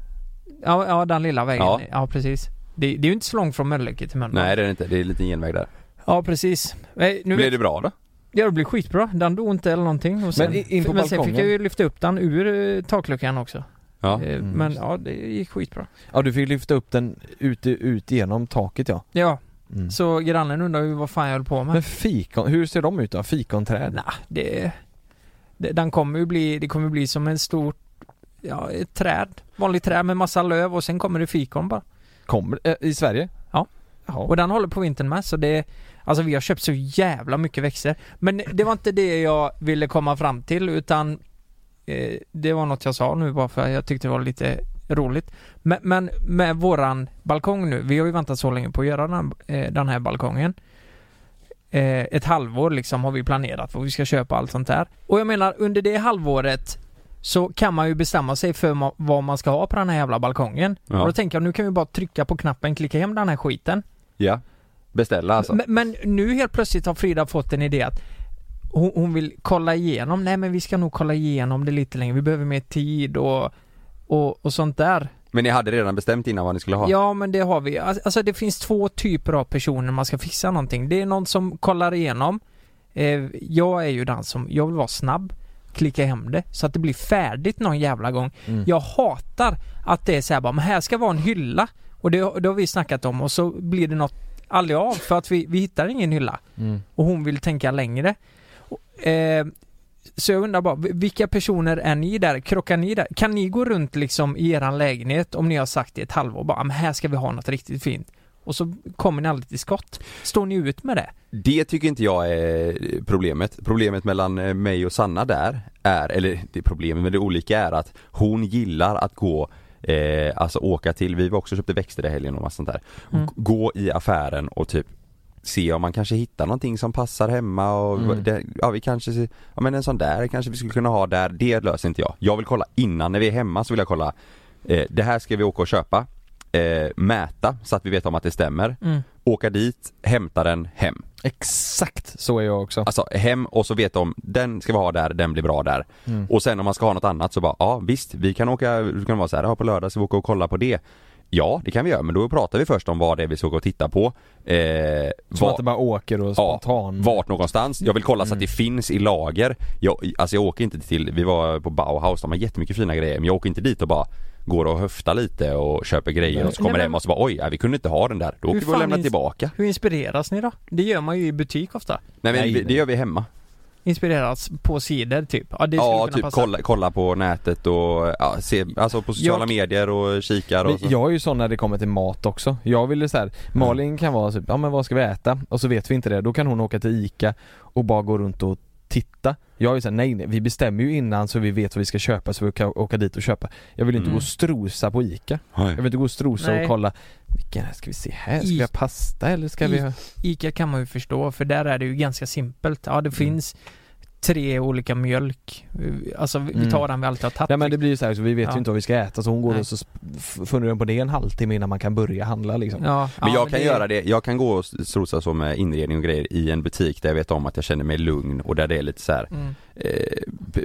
Speaker 9: Ja, ja, den lilla vägen.
Speaker 7: Ja.
Speaker 9: Ja, precis. Det, det är ju inte så långt från Mölnlycke till Mölnlycke.
Speaker 7: Nej det är det inte, det är en liten genväg där.
Speaker 9: Ja, precis. Nej, Nu
Speaker 7: Blev det bra då?
Speaker 9: Ja det blev skitbra, den dog inte eller någonting och sen,
Speaker 8: Men i- in på
Speaker 9: men sen fick
Speaker 8: balkongen?
Speaker 9: jag ju lyfta upp den ur eh, takluckan också
Speaker 7: Ja.
Speaker 9: Eh, Men ja, det gick skitbra
Speaker 8: Ja du fick lyfta upp den ut, ut genom taket ja.
Speaker 9: Ja,
Speaker 8: Mm.
Speaker 9: så grannen undrar ju vad fan jag höll på med
Speaker 8: Men fikon, hur ser de ut då? Fikonträd?
Speaker 9: Nej, det, det, den kommer ju bli, det kommer bli som en stor, ja ett träd, vanligt träd med massa löv och sen kommer det fikon bara
Speaker 8: Kommer eh, i Sverige?
Speaker 9: Ja. Och den håller på vintern med så det Alltså vi har köpt så jävla mycket växter Men det var inte det jag ville komma fram till utan eh, Det var något jag sa nu bara för att jag tyckte det var lite roligt Men, men med våran balkong nu, vi har ju väntat så länge på att göra den här, eh, den här balkongen eh, Ett halvår liksom har vi planerat vad vi ska köpa och allt sånt där Och jag menar under det halvåret så kan man ju bestämma sig för ma- vad man ska ha på den här jävla balkongen.
Speaker 7: Ja.
Speaker 9: Och då tänker jag nu kan vi bara trycka på knappen, klicka hem den här skiten.
Speaker 7: Ja. Beställa alltså.
Speaker 9: Men, men nu helt plötsligt har Frida fått en idé att hon, hon vill kolla igenom, nej men vi ska nog kolla igenom det lite längre, vi behöver mer tid och, och, och sånt där.
Speaker 7: Men ni hade redan bestämt innan vad ni skulle ha?
Speaker 9: Ja men det har vi, Alltså, alltså det finns två typer av personer man ska fixa någonting. Det är någon som kollar igenom, eh, jag är ju den som, jag vill vara snabb, klicka hem det så att det blir färdigt någon jävla gång.
Speaker 12: Mm.
Speaker 9: Jag hatar att det är så här bara, men här ska vara en hylla och det, det har vi snackat om och så blir det något aldrig av för att vi, vi hittar ingen hylla.
Speaker 8: Mm.
Speaker 9: Och hon vill tänka längre. Och, eh, så jag undrar bara, vi- vilka personer är ni där? Krockar ni där? Kan ni gå runt liksom i eran lägenhet om ni har sagt i ett halvår bara, "Ah, men här ska vi ha något riktigt fint. Och så kommer ni aldrig till skott. Står ni ut med det?
Speaker 7: Det tycker inte jag är eh, problemet. Problemet mellan eh, mig och Sanna där är, eller det är problemet men det olika är att hon gillar att gå Eh, alltså åka till, vi var också och köpte växter i helgen och massa sånt där.
Speaker 9: Mm.
Speaker 7: G- Gå i affären och typ se om man kanske hittar någonting som passar hemma och
Speaker 9: Mm.
Speaker 7: det, ja vi kanske, se- ja men en sån där kanske vi skulle kunna ha där, det löser inte jag. Jag vill kolla innan, när vi är hemma så vill jag kolla, eh, det här ska vi åka och köpa, eh, mäta så att vi vet om att det stämmer,
Speaker 8: Mm.
Speaker 7: åka dit, hämta den, hem.
Speaker 8: Exakt så är jag också.
Speaker 7: Alltså hem och så vet de, den ska vi ha där, den blir bra där.
Speaker 8: Mm.
Speaker 7: Och sen om man ska ha något annat så bara, ja visst, vi kan åka, det kan vara så här, ja, på lördag ska vi åka och kolla på det. Ja, det kan vi göra, men då pratar vi först om vad det är vi ska gå och titta på. Eh,
Speaker 8: Som
Speaker 7: vad-
Speaker 8: att det bara åker och spontan.
Speaker 7: vart någonstans. Jag vill kolla så att det finns i lager. Jag, alltså jag åker inte till, vi var på Bauhaus, de har jättemycket fina grejer men jag åker inte dit och bara går och höftar lite och köper grejer och så kommer
Speaker 9: Nej, men-
Speaker 7: hem och så bara oj, nej, vi kunde inte ha den där. Då åker vi och
Speaker 9: fan
Speaker 7: lämnar
Speaker 9: ins-
Speaker 7: tillbaka.
Speaker 9: Hur inspireras ni då? Det gör man ju i butik ofta.
Speaker 7: Nej men vi, det gör vi hemma.
Speaker 9: Inspireras på sidor typ. Ja, det skulle
Speaker 7: Ja,
Speaker 9: kunna
Speaker 7: typ
Speaker 9: passa.
Speaker 7: kolla, kolla på nätet och ja, se, alltså på sociala
Speaker 8: Jag-
Speaker 7: medier och kikar och
Speaker 8: Men
Speaker 7: så.
Speaker 8: jag är ju sån när det kommer till mat också. Jag ville så här, Malin kan vara typ, ja men vad ska vi äta? Och så vet vi inte det. Då kan hon åka till ICA och bara gå runt och titta Jag är ju såhär, nej nej, vi bestämmer ju innan så vi vet vad vi ska köpa så vi kan åka dit och köpa Jag vill inte
Speaker 7: Mm.
Speaker 8: gå och strosa på Ica
Speaker 7: Nej.
Speaker 8: Jag vill inte gå och strosa
Speaker 9: Nej.
Speaker 8: och kolla Vilken, ska vi se här, ska
Speaker 9: I-
Speaker 8: vi ha pasta eller ska vi
Speaker 9: I-
Speaker 8: ha
Speaker 9: Ica kan man ju förstå för där är det ju ganska simpelt.
Speaker 7: Mm.
Speaker 9: Ja det finns tre olika mjölk. Alltså vi
Speaker 8: Mm.
Speaker 9: tar den vi alltid har tagit.
Speaker 8: Nej men det blir ju så här, så vi vet
Speaker 9: Ja.
Speaker 8: ju inte vad vi ska äta så hon går
Speaker 9: Nej.
Speaker 8: och så sp- f- funderar hon på det en halvtimme innan man kan börja handla liksom
Speaker 9: Ja,
Speaker 7: Men jag kan göra det, jag kan gå och strosa så med inredning och grejer i en butik där jag vet om att jag känner mig lugn och där det är lite så här
Speaker 9: Mm.
Speaker 7: eh, p-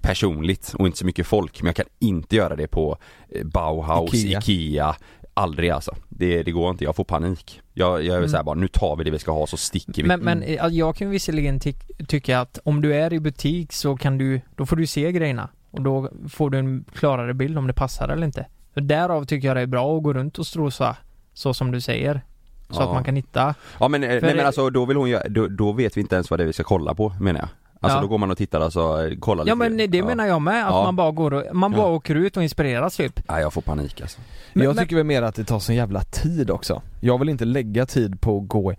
Speaker 7: personligt och inte så mycket folk men jag kan inte göra det på eh, Bauhaus, Ikea,
Speaker 8: Ikea.
Speaker 7: aldrig alltså. Det, det går inte, jag får panik. Jag, jag är
Speaker 9: Mm.
Speaker 7: så här bara, nu tar vi det vi ska ha så sticker vi.
Speaker 9: Men, men eh, jag kan ju visserligen ty tycka att om du är i butik så kan du, då får du se grejerna och då får du en klarare bild om det passar eller inte. Så därav tycker jag det är bra att gå runt och strosa så som du säger. Så
Speaker 7: Ja.
Speaker 9: att man kan hitta.
Speaker 7: Ja men, eh,
Speaker 9: För
Speaker 7: nej, men
Speaker 9: det-
Speaker 7: alltså då vill hon göra, då, då vet vi inte ens vad det är vi ska kolla på menar jag. Alltså
Speaker 9: Ja.
Speaker 7: då går man och tittar alltså, eh, kollar
Speaker 9: Ja
Speaker 7: lite.
Speaker 9: men det menar jag med, att
Speaker 7: Ja.
Speaker 9: man bara går och, man bara
Speaker 7: Ja.
Speaker 9: åker ut och inspireras typ.
Speaker 7: Ja, jag får panik alltså.
Speaker 9: Men-
Speaker 8: jag
Speaker 9: men-
Speaker 8: tycker väl mer att det tar sån jävla tid också. Jag vill inte lägga tid på att gå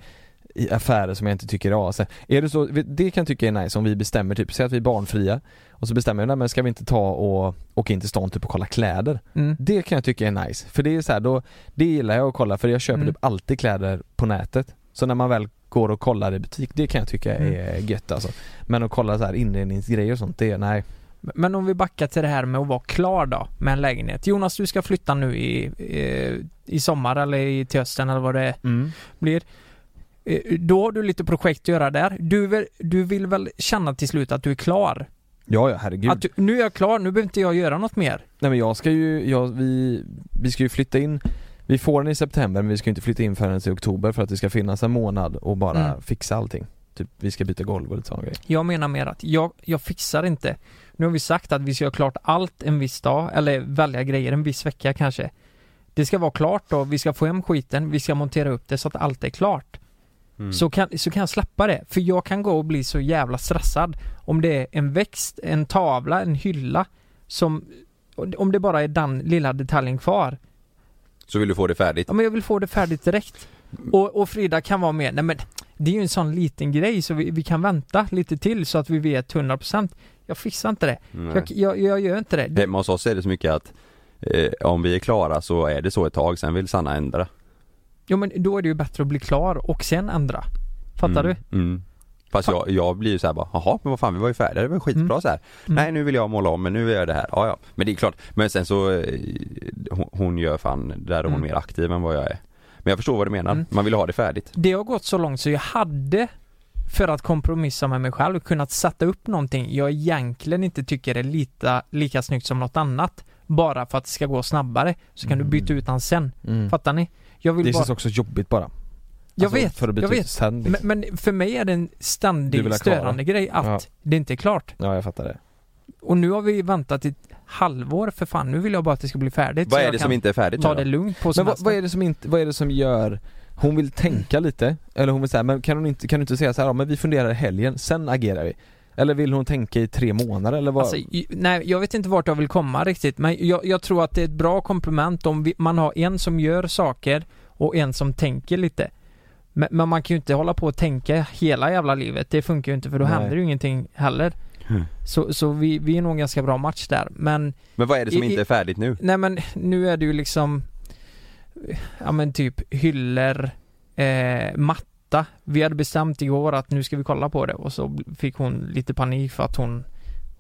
Speaker 8: i affärer som jag inte tycker är as. Är det så, det kan jag tycka är nice om vi bestämmer typ, säg att vi är barnfria och så bestämmer vi, nej men ska vi inte ta och åka in till stan typ och kolla kläder?
Speaker 9: Mm.
Speaker 8: Det kan jag tycka är nice, för det är så här, då, det gillar jag att kolla för jag köper
Speaker 9: Mm.
Speaker 8: typ alltid kläder på nätet. Så när man väl går och kollar i butik, det kan jag tycka
Speaker 9: Mm.
Speaker 8: är gött alltså. Men att kolla så här inredningsgrejer och sånt, det, nej.
Speaker 9: Men om vi backar till det här med att vara klar då med en lägenhet. Jonas, du ska flytta nu i, eh, i sommar eller i till hösten eller vad det blir. Eh, Då har du lite projekt att göra där. Du vill, du vill väl känna till slut att du är klar?
Speaker 8: Ja, ja herregud.
Speaker 9: Att du, nu är jag klar, nu behöver inte jag göra något mer.
Speaker 8: Nej men jag ska ju, jag, vi, vi ska ju flytta in Vi får den i september men vi ska ju inte flytta in förrän i oktober för att det ska finnas en månad och bara
Speaker 9: Mm.
Speaker 8: fixa allting Typ vi ska byta golv och lite sådana grejer
Speaker 9: Jag menar mer att jag, jag fixar inte. Nu har vi sagt att vi ska göra klart allt en viss dag eller välja grejer en viss vecka kanske. Det ska vara klart då, vi ska få hem skiten, vi ska montera upp det så att allt är klart. så, kan, så kan jag släppa det. För jag kan gå och bli så jävla stressad om det är en växt, en tavla, en hylla som om det bara är den lilla detaljen kvar.
Speaker 7: Så vill du få det färdigt?
Speaker 9: Ja men jag vill få det färdigt direkt. Och, och Frida kan vara med, nej men det är ju en sån liten grej så vi, vi kan vänta lite till så att vi vet 100% Jag fixar inte det.
Speaker 7: Nej.
Speaker 9: Jag, jag, jag gör inte det.
Speaker 7: Hemma hos oss är det så mycket att eh, om vi är klara så är det så ett tag, sen vill Sanna ändra.
Speaker 9: Jo men då är det ju bättre att bli klar och sen ändra. Fattar du?
Speaker 7: mm. Mm. Fast jag, jag blir ju såhär bara, jaha men vad fan vi var ju färdiga, det var ju
Speaker 9: Mm.
Speaker 7: skitbra så här. Nej nu vill jag måla om men nu gör jag det här, ja ja. Men det är klart, men sen så eh, hon, hon gör fan, där är hon
Speaker 9: Mm.
Speaker 7: mer aktiv än vad jag är. Men jag förstår vad du menar,
Speaker 9: Mm.
Speaker 7: man vill ha det färdigt.
Speaker 9: Det har gått så långt så jag hade för att kompromissa med mig själv kunnat sätta upp någonting jag egentligen inte tycker är lita, lika snyggt som något annat. Bara för att det ska gå snabbare så kan du byta ut den sen.
Speaker 8: Mm.
Speaker 9: Fattar ni? Jag vill
Speaker 8: Det
Speaker 9: bara...
Speaker 8: känns också jobbigt bara
Speaker 9: Jag
Speaker 8: Alltså,
Speaker 9: vet,
Speaker 8: för att byta
Speaker 9: jag
Speaker 8: ut
Speaker 9: vet.
Speaker 8: sen, liksom.
Speaker 9: men, men för mig är det en
Speaker 8: Du vill
Speaker 9: ständig
Speaker 8: ha kvar det.
Speaker 9: störande grej att
Speaker 8: Ja.
Speaker 9: det inte är klart.
Speaker 8: Ja jag fattar det
Speaker 9: Och nu har vi väntat i ett halvår för fan, nu vill jag bara att det ska bli färdigt.
Speaker 7: Vad
Speaker 9: så
Speaker 7: är
Speaker 9: jag
Speaker 7: det
Speaker 9: kan
Speaker 7: som inte är färdigt
Speaker 9: Ta
Speaker 7: nu då?
Speaker 9: det lugnt på
Speaker 8: Men vad,
Speaker 9: semestern.
Speaker 8: vad är det som inte, vad är det som gör hon
Speaker 9: Mm.
Speaker 8: vill tänka lite, eller hon vill säga men kan, hon inte, kan du inte säga så här, ja, men vi funderar i helgen, sen agerar vi? Eller vill hon tänka i tre månader eller vad?
Speaker 9: Alltså, i- nej, jag vet inte vart jag vill komma riktigt men jag, jag tror att det är ett bra komplement om vi, man har en som gör saker och en som tänker lite. Men, men man kan ju inte hålla på och tänka hela jävla livet. Det funkar ju inte för då
Speaker 7: Nej.
Speaker 9: händer ju ingenting heller.
Speaker 8: Hm.
Speaker 7: Mm.
Speaker 9: Så, så vi, vi är nog en ganska bra match där. Men
Speaker 7: Men vad är det som
Speaker 9: i-
Speaker 7: inte
Speaker 9: i-
Speaker 7: är färdigt nu?
Speaker 9: Nej men nu är det ju liksom Ja men typ hyllor eh, Matta Vi hade bestämt igår att nu ska vi kolla på det och så fick hon lite panik för att hon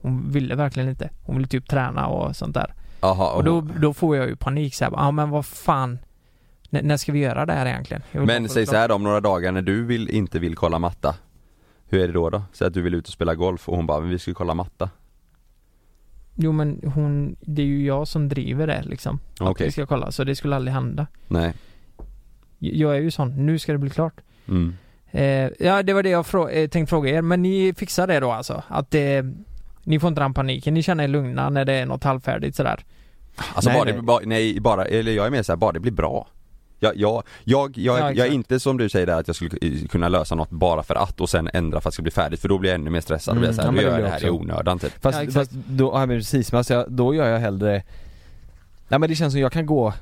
Speaker 9: Hon ville verkligen inte Hon ville typ träna och sånt där
Speaker 7: Jaha,
Speaker 9: Och då, då får jag ju panik såhär, ja men vad fan N- När ska vi göra det här egentligen? Jag vill bara
Speaker 7: Men
Speaker 9: få
Speaker 7: säg
Speaker 9: det
Speaker 7: så här då, om några dagar när du vill, inte vill kolla matta Hur är det då då? Säg att du vill ut och spela golf och hon bara, men vi ska ju kolla matta
Speaker 9: Jo men hon, det är ju jag som driver det liksom Att
Speaker 7: Okej.
Speaker 9: vi ska kolla, så det skulle aldrig hända
Speaker 7: Nej,
Speaker 9: Jag är ju sån, nu ska det bli klart
Speaker 7: mm.
Speaker 9: Eh, ja, det var det jag frå- eh, tänkte fråga er, men ni fixar det då alltså? Att eh, ni får inte den paniken, ni känner er lugna när det är något halvfärdigt sådär?
Speaker 7: Alltså
Speaker 9: Nej,
Speaker 7: bara,
Speaker 9: nej.
Speaker 7: Det, bara, nej, bara, eller jag är mer såhär, bara det blir bra jag, jag, jag, jag,
Speaker 9: Ja,
Speaker 7: jag är
Speaker 9: exakt.
Speaker 7: inte som du säger där att jag skulle k- kunna lösa något bara för att och sen ändra för att det ska bli färdigt för då blir jag ännu mer stressad och blir
Speaker 8: Mm,
Speaker 7: såhär,
Speaker 8: ja,
Speaker 7: nu
Speaker 8: men det
Speaker 7: gör jag
Speaker 8: blir
Speaker 7: det här i
Speaker 8: jag också.
Speaker 7: onödan typ
Speaker 8: Fast,
Speaker 9: Ja, exakt.
Speaker 8: fast då, ja, men precis, men alltså, jag- då gör jag hellre Nej men det känns som jag kan gå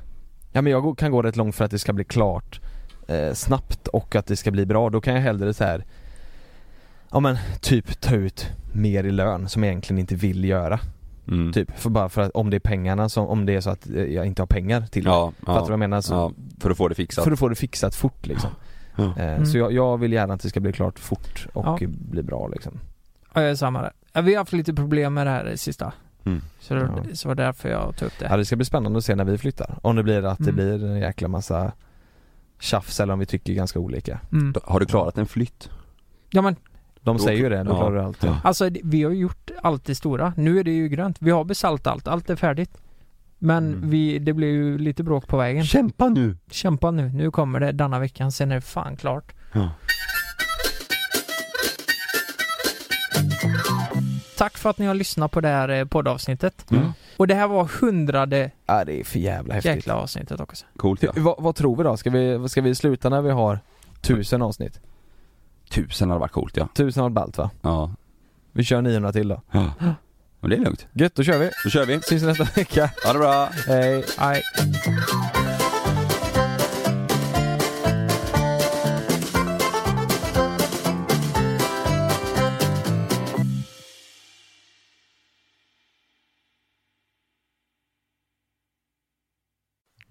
Speaker 8: Ja men jag går- kan gå rätt långt för att det ska bli klart eh, Snabbt och att det ska bli bra, då kan jag hellre så här. ja men typ ta ut mer i lön som jag egentligen inte vill göra.
Speaker 7: Mm.
Speaker 8: Typ, för bara för att om det är pengarna som, om det är så att eh, jag inte har pengar till det.
Speaker 7: Ja,
Speaker 8: Fattar du vad jag menar? Så,
Speaker 7: ja, för att få det fixat.
Speaker 8: För att få det fixat fort liksom. Eh,
Speaker 9: Mm.
Speaker 8: Så jag, jag vill gärna att det ska bli klart fort och
Speaker 9: Ja.
Speaker 8: bli bra liksom.
Speaker 9: Ja, jag är samma där. Ja, Vi har haft lite problem med det här sista.
Speaker 7: Mm.
Speaker 9: Så, det, så var det därför jag tog upp det.
Speaker 8: Ja, det ska bli spännande att se när vi flyttar. Om det blir att det
Speaker 9: Mm.
Speaker 8: blir en jäkla massa tjafs eller om vi tycker ganska olika.
Speaker 9: Mm.
Speaker 7: Har du klarat en flytt?
Speaker 9: Ja, men,
Speaker 8: De
Speaker 9: Då-
Speaker 8: säger ju det, de
Speaker 9: ja.
Speaker 8: klarar det alltid.
Speaker 9: alltså det- vi har ju gjort allt det stora. Nu är det ju grönt. Vi har besalt allt. Allt är färdigt. Men
Speaker 8: Mm.
Speaker 9: vi, det blir ju lite bråk på vägen.
Speaker 7: Kämpa nu!
Speaker 9: Kämpa nu. Nu kommer det denna veckan. Sen är det fan klart.
Speaker 7: Ja.
Speaker 9: Tack för att ni har lyssnat på det här eh, poddavsnittet.
Speaker 7: Mm.
Speaker 9: Och det här var hundrade
Speaker 8: Ja det är för jävla häftigt.
Speaker 9: jäkla avsnittet också.
Speaker 7: Coolt ja.
Speaker 8: Vad, vad tror vi då? Ska vi, ska vi sluta när vi har tusen avsnitt?
Speaker 7: Tusen hade varit coolt ja.
Speaker 8: Tusen har varit ballt va?
Speaker 7: Ja.
Speaker 8: Vi kör 900 till då.
Speaker 7: Ja. Men det är lugnt.
Speaker 8: Gött, då kör vi.
Speaker 7: Då kör vi.
Speaker 8: Syns nästa vecka.
Speaker 7: Ha det bra.
Speaker 8: Hej.
Speaker 9: Hej.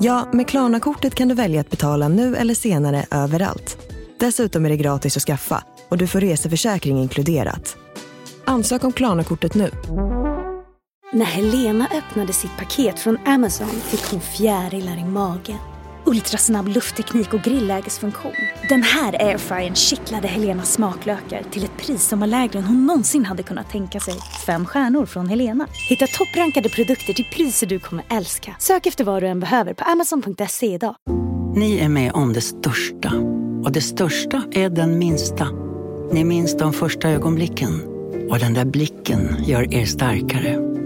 Speaker 5: Ja, med Klarna-kortet kan du välja att betala nu eller senare överallt. Dessutom är det gratis att skaffa och du får reseförsäkring inkluderat. Ansök om Klarna-kortet nu.
Speaker 13: När Helena öppnade sitt paket från Amazon fick hon fjärilar i magen. Ultrasnabb luftteknik och grillägesfunktion. Den här airfryern kittlade Helenas smaklökar till ett pris som var lägre än hon någonsin hade kunnat tänka sig. Fem stjärnor från Helena. Hitta topprankade produkter till priser du kommer älska. Sök efter vad du än behöver på amazon.se idag.
Speaker 14: Ni är med om det största. Och det största är den minsta. Ni minns de första ögonblicken. Och den där blicken gör er starkare.